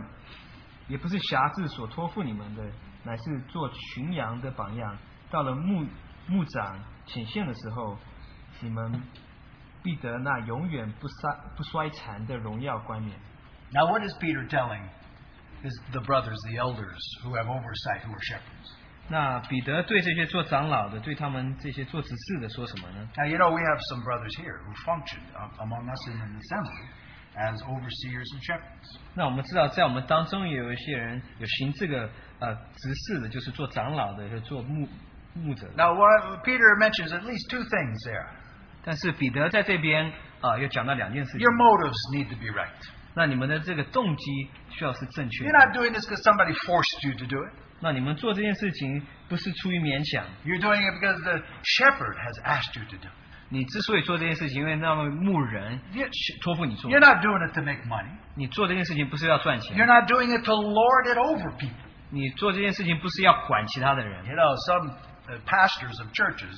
Speaker 1: 也不是侠制所托付你们的，乃是做群羊的榜样。到了牧牧长显现的时候，你们必得那永远不衰不衰残的荣耀冠冕。
Speaker 2: Now, what is Peter telling his, the brothers, the elders who have oversight, who are shepherds?
Speaker 1: 那彼得对这些做长老的，对他们这些做执事的说什么呢？
Speaker 2: Now, you know, we have some brothers here who function a- among us in an assembly as overseers and shepherds.
Speaker 1: 那我们知道，在我们当中也有一些人有行这个呃执事的，就是做长老的，就是做牧牧者的。
Speaker 2: Now, what, Peter mentions at least two things there.
Speaker 1: 但是彼得在这边啊、又讲到两件事情
Speaker 2: Your，motives need to be right.
Speaker 1: 那你们的这个动机需要是正确
Speaker 2: You're
Speaker 1: 的。
Speaker 2: not doing this because somebody forced you to do it.
Speaker 1: 那你们做这件事情不是出于勉强，
Speaker 2: You're doing it because the shepherd has asked you to do it.
Speaker 1: 你之所以做这件事情，因为那位牧人
Speaker 2: You-
Speaker 1: 托付你做，
Speaker 2: You're not doing it to make money.
Speaker 1: 你做这件事情不是要赚
Speaker 2: You're
Speaker 1: 钱，
Speaker 2: not doing it to lord it over people.
Speaker 1: 你做这件事情不是要管其他的人。
Speaker 2: You know, some uh, pastors of churches,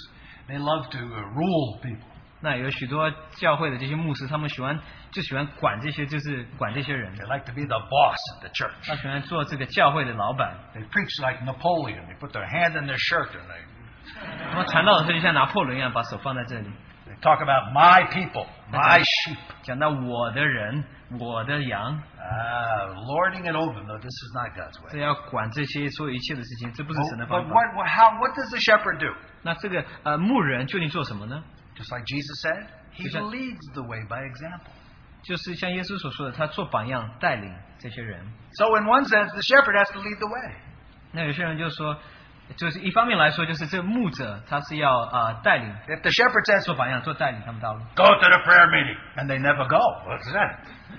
Speaker 2: they love to uh, rule people.
Speaker 1: 那有许多教会的这些牧师，他们喜欢就喜欢管这些，就是管这些人
Speaker 2: They，like to be the boss of the church.
Speaker 1: 他喜欢做这个教会的老板。
Speaker 2: They preach like Napoleon. They put their hand in their shirt and they,
Speaker 1: 那么传道的时候就像拿破仑一样，把手放在这里，
Speaker 2: they talk about my people, my sheep.
Speaker 1: 讲到我的人，我的羊，
Speaker 2: Ah, lording it over. No, this is not God's
Speaker 1: 这
Speaker 2: way.
Speaker 1: 要管这些所有一切的事情，这不是神的
Speaker 2: But,
Speaker 1: 方
Speaker 2: but
Speaker 1: 法。
Speaker 2: what, what- how, what does the shepherd do?
Speaker 1: 那这个呃牧人究竟做什么呢？
Speaker 2: Just like Jesus said, he
Speaker 1: Is that-
Speaker 2: leads the way by example.
Speaker 1: 就是像耶稣所说的，他做榜样带领这些人。
Speaker 2: So in one sense, the shepherd has to lead the way.
Speaker 1: 那有些人就说，就是一方面来说，就是这个牧者他是要啊、呃带领
Speaker 2: If the shepherd says,
Speaker 1: 做榜样，做带领他们道路。
Speaker 2: go to the prayer meeting, and they never go, what's that?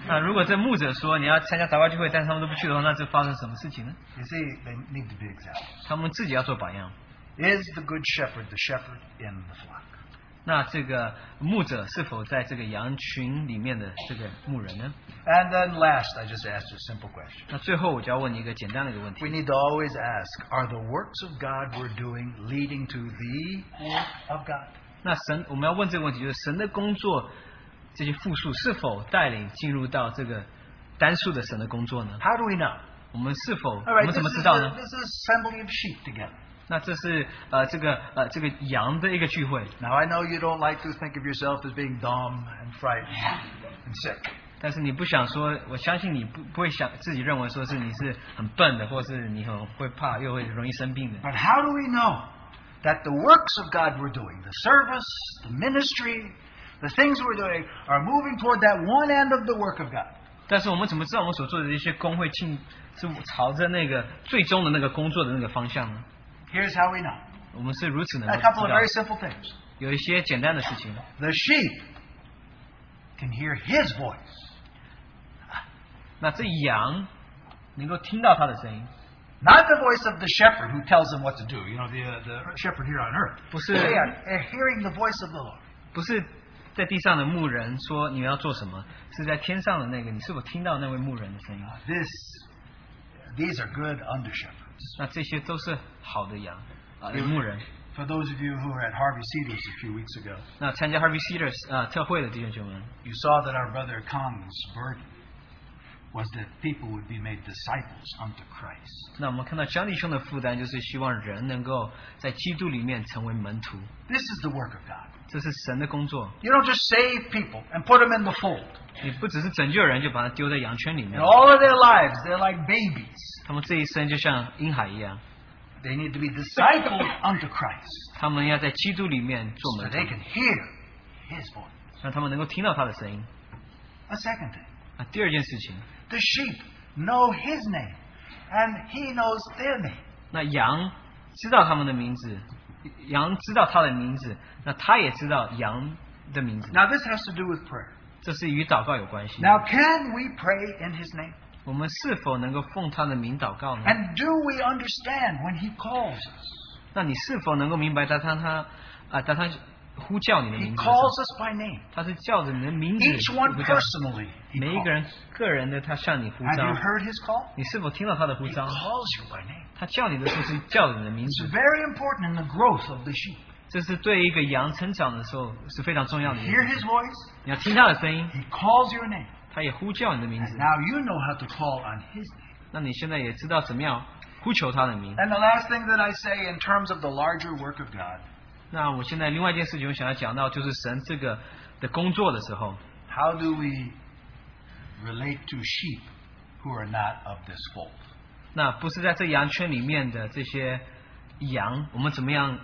Speaker 1: 那如果这牧者说你要参加祷告聚会，但是他们都不去的话，那这发生什么事情呢？
Speaker 2: You see, they need to be examples.
Speaker 1: 他们自己要做榜样。
Speaker 2: Is the good shepherd the shepherd in the flock?
Speaker 1: 那这个牧者是否在这个羊群里面的这个牧人呢？
Speaker 2: And then last, I just asked a simple question.
Speaker 1: 那最后我就要问你一个简单的一个问
Speaker 2: We
Speaker 1: 题：
Speaker 2: need to always ask Are the works of God we're doing leading to the work of God?
Speaker 1: 那神我们要问这个问题，就是神的工作这些复数是否带领进入到这个单数的神的工作呢？
Speaker 2: How do we know?
Speaker 1: 我们是否
Speaker 2: All
Speaker 1: 我
Speaker 2: right,
Speaker 1: 们
Speaker 2: 呃 this
Speaker 1: 怎么
Speaker 2: is,
Speaker 1: 知道
Speaker 2: the,
Speaker 1: 呢
Speaker 2: this？is assembly of sheep together.
Speaker 1: 那这是呃这个呃这个羊的一个聚会，
Speaker 2: Now, I know you don't like to think of yourself as being dumb and frightened and sick.
Speaker 1: 但是你不想说，我相信你不不会想自己认为说是你是很笨的，或是你很会怕又会容易生病的。
Speaker 2: But how do we know that the works of God we're doing, the service, the ministry, the things we're doing, are moving toward that one end of the work of God?
Speaker 1: 但是我们怎么知道我们所做的一些工会进是朝着那个最终的那个工作的那个方向呢？
Speaker 2: Here's how we know
Speaker 1: 我们是如此能够
Speaker 2: a
Speaker 1: 知道
Speaker 2: couple of very simple things.
Speaker 1: 有一些简单的事情，
Speaker 2: The sheep can hear his voice.
Speaker 1: 那这羊能够听到它的声音，
Speaker 2: Not the voice of the shepherd who tells them what to do, you know, the, uh, the shepherd here on earth.
Speaker 1: 不是
Speaker 2: They are they're hearing the voice of the Lord.
Speaker 1: 不是在地上的牧人说你们要做什么，是在天上的那个你是否听到那位牧人的声音？
Speaker 2: This, these are good under shepherds.
Speaker 1: 那这些都是好的羊啊、有牧人。
Speaker 2: For those of you who were at Harvey Cedars a few weeks ago,
Speaker 1: 那参加 Harvey Cedars 啊、特会的弟兄姐妹们，
Speaker 2: you saw that our brother Kong's burden was that people would be made disciples unto Christ.
Speaker 1: 那我们看到江弟兄的负担就是希望人能够在基督里面成为门徒，
Speaker 2: This is the work of God.
Speaker 1: 这是神的工作。
Speaker 2: You don't just save people and put them in the fold.
Speaker 1: 你不只是拯救人，就把他丢在羊圈里
Speaker 2: In
Speaker 1: 面。
Speaker 2: all of their lives, they're like babies.
Speaker 1: 他们这一生就像婴孩一样，
Speaker 2: They need to be discipled unto Christ
Speaker 1: 他们要在基督里面做
Speaker 2: so that
Speaker 1: 门
Speaker 2: they
Speaker 1: 徒，
Speaker 2: can hear His voice.
Speaker 1: 让他们能够听到他的声音。
Speaker 2: A second thing.
Speaker 1: 啊，第二件事情，
Speaker 2: The sheep know his name, and he knows their name.
Speaker 1: 那羊知道他们的名字，羊知道他的名字，那他也知道羊的名字。
Speaker 2: Now, this has to do with prayer.
Speaker 1: 这是与祷告有关系。
Speaker 2: Now, can we pray in his name?
Speaker 1: 我们是否能够奉他的名祷告呢？
Speaker 2: And do we understand when he calls us?
Speaker 1: 那你是否能够明白他他他啊，他他呼叫你的
Speaker 2: He
Speaker 1: 名字的时候
Speaker 2: calls us by name.
Speaker 1: 他是叫着你的名字
Speaker 2: Each one
Speaker 1: 呼叫，
Speaker 2: personally. He
Speaker 1: 每一
Speaker 2: calls.
Speaker 1: 个人个人的他向你呼
Speaker 2: Have
Speaker 1: 召
Speaker 2: you。heard his call?
Speaker 1: 你是否听到他的呼
Speaker 2: He
Speaker 1: 召？
Speaker 2: calls you by name.
Speaker 1: 他叫你的时候是叫着你的名
Speaker 2: It's
Speaker 1: 字，
Speaker 2: very important in the growth of the sheep.
Speaker 1: 这是对一个羊成长的时候是非常重要的一点。
Speaker 2: Hear his voice.
Speaker 1: 你要听他的声音，
Speaker 2: He calls your name.
Speaker 1: 他也呼叫你的名字
Speaker 2: And。now you know how to call on his name.
Speaker 1: 那你现在也知道怎么样呼求他的名。
Speaker 2: And the last thing that I say in terms of the larger work of God,
Speaker 1: 那我现在另外一件事情，我想要讲到就是神这个的工作的时候，
Speaker 2: how do we relate to sheep who are not of this fold?
Speaker 1: 那不是在这羊圈里面的这些羊，我们怎么样，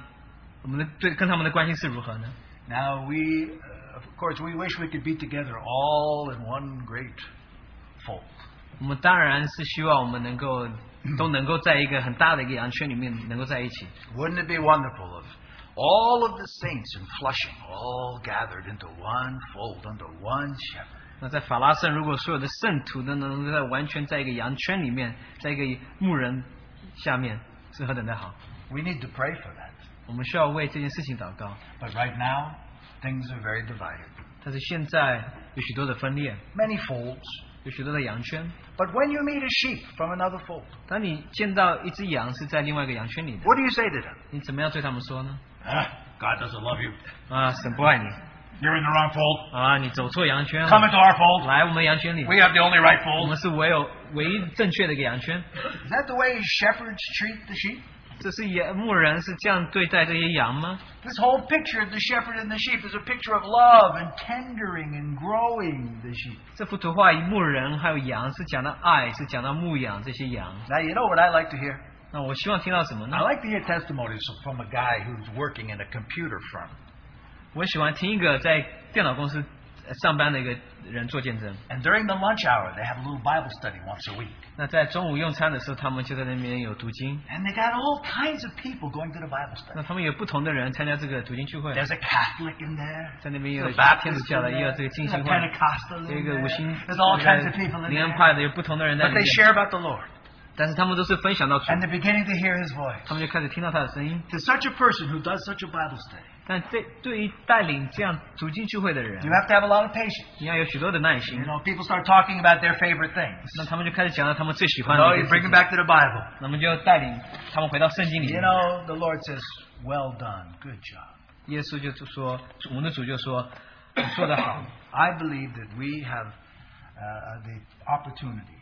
Speaker 1: 我们的对跟他们的关系是如何呢？
Speaker 2: Now we, uh, of course, we wish we could be together all in one great fold.
Speaker 1: 我们当然是希望我们能够都能够在一个很大的一个羊圈里面能够在一起。
Speaker 2: Wouldn't it be wonderful if all of the saints in Flushing all gathered into one fold under one shepherd?
Speaker 1: 那在法拉盛，如果所有的圣徒都能够在完全在一个羊圈里面，在一个牧人下面，是何等的好！
Speaker 2: We need to pray for that.
Speaker 1: 我们需要为这件事情祷告。
Speaker 2: But right now, things are very divided.
Speaker 1: 但是现在有许多的分裂，
Speaker 2: Many folds.
Speaker 1: 有许多的羊圈。
Speaker 2: But when you meet a sheep from another fold,
Speaker 1: 当你见到一只羊是在另外一个羊圈里的，
Speaker 2: what do you say to them?
Speaker 1: 你怎么样对他们说呢？
Speaker 3: Ah, God doesn't love you.
Speaker 1: 啊，神不爱你
Speaker 3: You're in the wrong fold.
Speaker 1: 啊，你走错羊圈
Speaker 3: Come
Speaker 1: 了，
Speaker 3: into our fold.
Speaker 1: 来我们羊圈里，
Speaker 3: We have the only right
Speaker 1: 我
Speaker 3: fold.
Speaker 1: 们是唯有唯一正确的一个羊圈。
Speaker 2: Is that the way shepherds treat the sheep?
Speaker 1: 这是羊牧人是这样对待这些羊吗？
Speaker 2: This whole picture of the shepherd and the sheep is a picture of love and tendering and growing the sheep.
Speaker 1: 这幅图画以牧人还有羊是讲到爱，是讲到牧养这些羊。
Speaker 2: Now, you know what I like to hear?
Speaker 1: 那我希望听到什么呢
Speaker 2: I？like to hear testimonies from a guy who's working in a computer firm.
Speaker 1: 我喜欢听一个在电脑公司呃上班的一个人做见证。
Speaker 2: And during the lunch hour, they have a little Bible study once a week.
Speaker 1: 那在中午用餐的时候，他们就在那边有读经。
Speaker 2: And they got all kinds of people going to the Bible
Speaker 1: 那
Speaker 2: study.
Speaker 1: 他们有不同的人参加这个读经聚会，
Speaker 2: There's a Catholic in there.
Speaker 1: 在那边
Speaker 2: There's
Speaker 1: 有
Speaker 2: a Baptist
Speaker 1: 天主
Speaker 2: in
Speaker 1: 教的，也有
Speaker 2: there.
Speaker 1: 这个浸
Speaker 2: There's
Speaker 1: 信
Speaker 2: a
Speaker 1: 会，
Speaker 2: Pentecostal
Speaker 1: 有一
Speaker 2: in
Speaker 1: 个五
Speaker 2: there.
Speaker 1: 星
Speaker 2: There's all kinds
Speaker 1: 这
Speaker 2: of
Speaker 1: 个
Speaker 2: people in
Speaker 1: 灵恩派
Speaker 2: there.
Speaker 1: 的，有不同的人在
Speaker 2: But
Speaker 1: 里
Speaker 2: they
Speaker 1: 面，
Speaker 2: share about the Lord.
Speaker 1: 但是他们都是分享到主，
Speaker 2: And they're beginning to hear His voice.
Speaker 1: 他们就开始听到他的声音。
Speaker 2: To such a person who does such a Bible study,
Speaker 1: 但这对于带领这样读经聚会的
Speaker 2: you
Speaker 1: 人，
Speaker 2: have to have a lot of patience.
Speaker 1: 你要有许多的耐心
Speaker 2: You。know, people start talking about their favorite things.
Speaker 1: 那他们就开始讲到他们最喜
Speaker 2: You
Speaker 1: 欢
Speaker 2: know,
Speaker 1: 的一
Speaker 2: you
Speaker 1: 个
Speaker 2: bring
Speaker 1: 事
Speaker 2: them
Speaker 1: 情，
Speaker 2: back to the Bible.
Speaker 1: 那么就带领他们回到圣经里
Speaker 2: You
Speaker 1: 面。
Speaker 2: know, the Lord says, Well done, good job.
Speaker 1: 耶稣就说，我们的主就说， 你做得好。
Speaker 2: I believe that we have uh, the opportunity,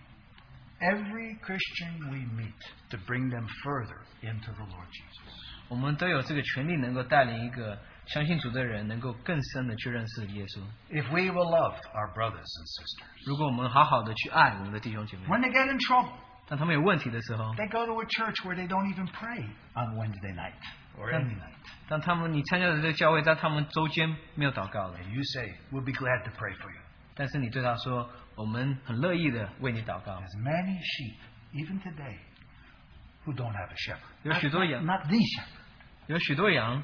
Speaker 2: every Christian we meet, to bring them further into the Lord Jesus.
Speaker 1: 我们都有这个权利，能够带领一个相信主的人，能够更深的去认识耶稣。
Speaker 2: If we will love our brothers and sisters.
Speaker 1: 如果我们好好的去爱我们的弟兄姐妹，
Speaker 2: When they get in trouble,
Speaker 1: 当他们有问题的时候，
Speaker 2: they go to a church where they don't even pray on Wednesday night or any
Speaker 1: Hmm.
Speaker 2: night.
Speaker 1: 当他们你参加的这个教会在他们周间没有祷告了，
Speaker 2: And you say, We'll be glad to pray for you.
Speaker 1: 但是你对他说，我们很乐意的为你祷告。
Speaker 2: There's many sheep, even today, who don't have a shepherd.
Speaker 1: 有许多羊，
Speaker 2: Not the shepherd.
Speaker 1: 有许多羊，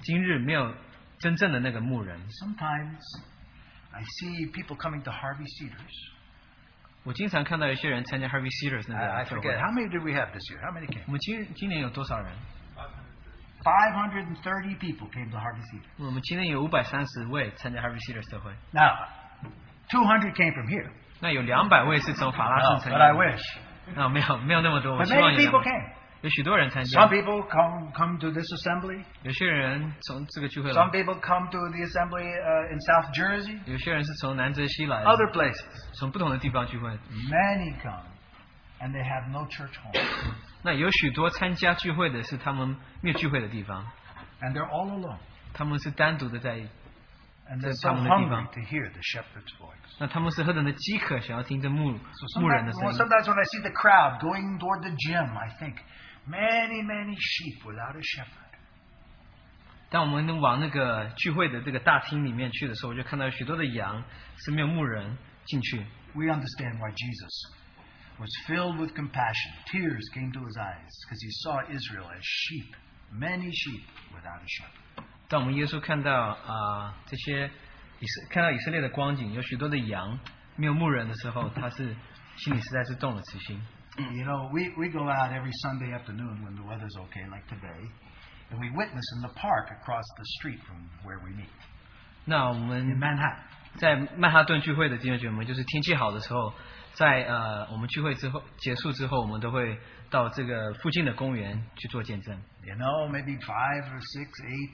Speaker 1: 今日没有真正的那个牧人。
Speaker 2: Sometimes I see people coming to Harvey Cedars.
Speaker 1: 我经常看到有些人参加 Harvey Cedars 那
Speaker 2: I,
Speaker 1: 个
Speaker 2: I
Speaker 1: 教
Speaker 2: forget.
Speaker 1: 会。
Speaker 2: How many did we have this year? How many came?
Speaker 1: 我们今今年有多少人？
Speaker 2: 530 people came to Harvey Cedars.
Speaker 1: 我们今年有五百三十位参加 Harvey Cedars 的会，
Speaker 2: Now, 200 came from here.
Speaker 1: 那有两百位是从法拉
Speaker 2: No,
Speaker 1: 盛参
Speaker 2: but
Speaker 1: 加
Speaker 2: I
Speaker 1: 的。
Speaker 2: wish.
Speaker 1: 啊，没有没有那么多，我
Speaker 2: But
Speaker 1: 希望
Speaker 2: many
Speaker 1: 有
Speaker 2: people
Speaker 1: 两百
Speaker 2: came.
Speaker 1: 有许多人参
Speaker 2: Some
Speaker 1: 加，
Speaker 2: people come come to this assembly.
Speaker 1: 有些人从这个聚会来
Speaker 2: Some，people come to the assembly uh, in South Jersey.
Speaker 1: 有些人是从南泽西来的，
Speaker 2: Other places.
Speaker 1: 从不同的地方聚会。
Speaker 2: Many come, and they have no church home,
Speaker 1: 那有许多参加聚会的是他们没有聚会的地方，
Speaker 2: and they're all alone.
Speaker 1: 他们是单独的在，
Speaker 2: And they're
Speaker 1: That's
Speaker 2: so
Speaker 1: how many
Speaker 2: hungry
Speaker 1: people.
Speaker 2: to hear the shepherd's voice.
Speaker 1: 那他们是何等的饥渴，想要听这牧
Speaker 2: So
Speaker 1: 牧人
Speaker 2: sometimes,
Speaker 1: 的
Speaker 2: well,
Speaker 1: 声音。
Speaker 2: sometimes when I see the crowd going toward the gym, I think, many, many sheep without a shepherd.
Speaker 1: 当我们往那个聚会的这个大厅里面去的时候，我就看到有许多的羊是没有牧人进去。
Speaker 2: We understand why Jesus was filled with compassion. Tears came to his eyes because he saw Israel as sheep, many sheep without a shepherd.
Speaker 1: 当我们耶稣看到啊、呃这些以色看到以色列的光景，有许多的羊没有牧人的时候，他是心里实在是动了慈心。
Speaker 2: You know, we, we go out every Sunday afternoon when the weather's okay, like today, that we witness in the park across the street from where we meet
Speaker 1: 那我
Speaker 2: in
Speaker 1: 们
Speaker 2: Manhattan.
Speaker 1: 在曼哈顿聚会的弟兄姐妹们，就是天气好的时候，在呃我们聚会之后结束之后，我们都会到这个附近的公园去做见证。
Speaker 2: You know, maybe five or six, eight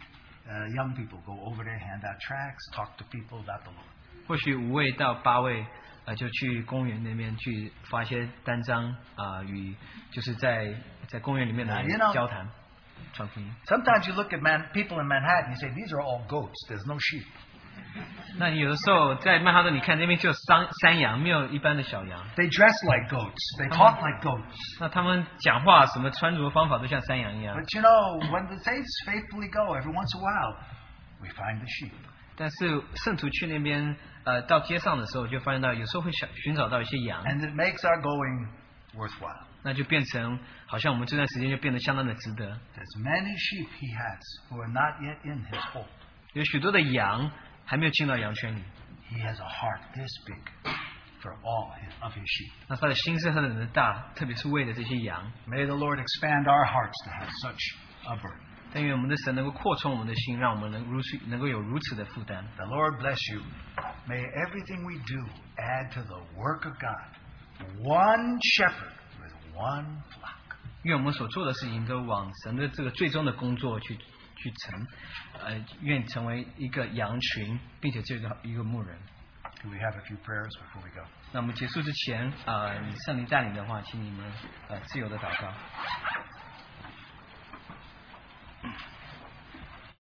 Speaker 2: uh, young people go over there, hand out tracts, talk to people about the Lord.
Speaker 1: 或许五位到八位，呃，就去公园那边去发一些单张啊、与就是在在公园里面的
Speaker 2: You know-
Speaker 1: 交谈、传福音。
Speaker 2: Sometimes you look at man, people in Manhattan, you say, these are all goats, there's no sheep.
Speaker 1: 那你有的时候在曼哈顿，你看那边就有山山羊，没有一般的小羊。
Speaker 2: They dress like goats, they talk like goats.
Speaker 1: 那他们讲话什么穿着方法都像山羊一样，
Speaker 2: But you know, when the saints faithfully go, every once in a while, we find the sheep.
Speaker 1: 但是圣徒去那边呃到街上的时候，就发现到有时候会想寻找到一些羊，
Speaker 2: And it makes our going worthwhile.
Speaker 1: 那就变成好像我们这段时间就变得相当的值得。
Speaker 2: There's many sheep he has who are not yet in his fold.
Speaker 1: 有许多的羊还没有进到羊圈里，
Speaker 2: He has a heart this big for all his, of his sheep.
Speaker 1: 那他的心是何等的大，特别是为了这些羊。
Speaker 2: May the Lord expand our hearts to have such a burden.
Speaker 1: 但愿我们的神能够扩充我们的心，让我们能如此能够有如此的负担。
Speaker 2: The Lord bless you. May everything we do add to the work of God. One shepherd with one flock.
Speaker 1: 愿我们所做的事情都往神的这个最终的工作去去成，呃，愿成为一个羊群，并且做一个一个牧人。
Speaker 2: Do we have a few prayers before we go?
Speaker 1: 那我们结束之前，啊、呃，圣灵带领的话，请你们呃自由的祷告。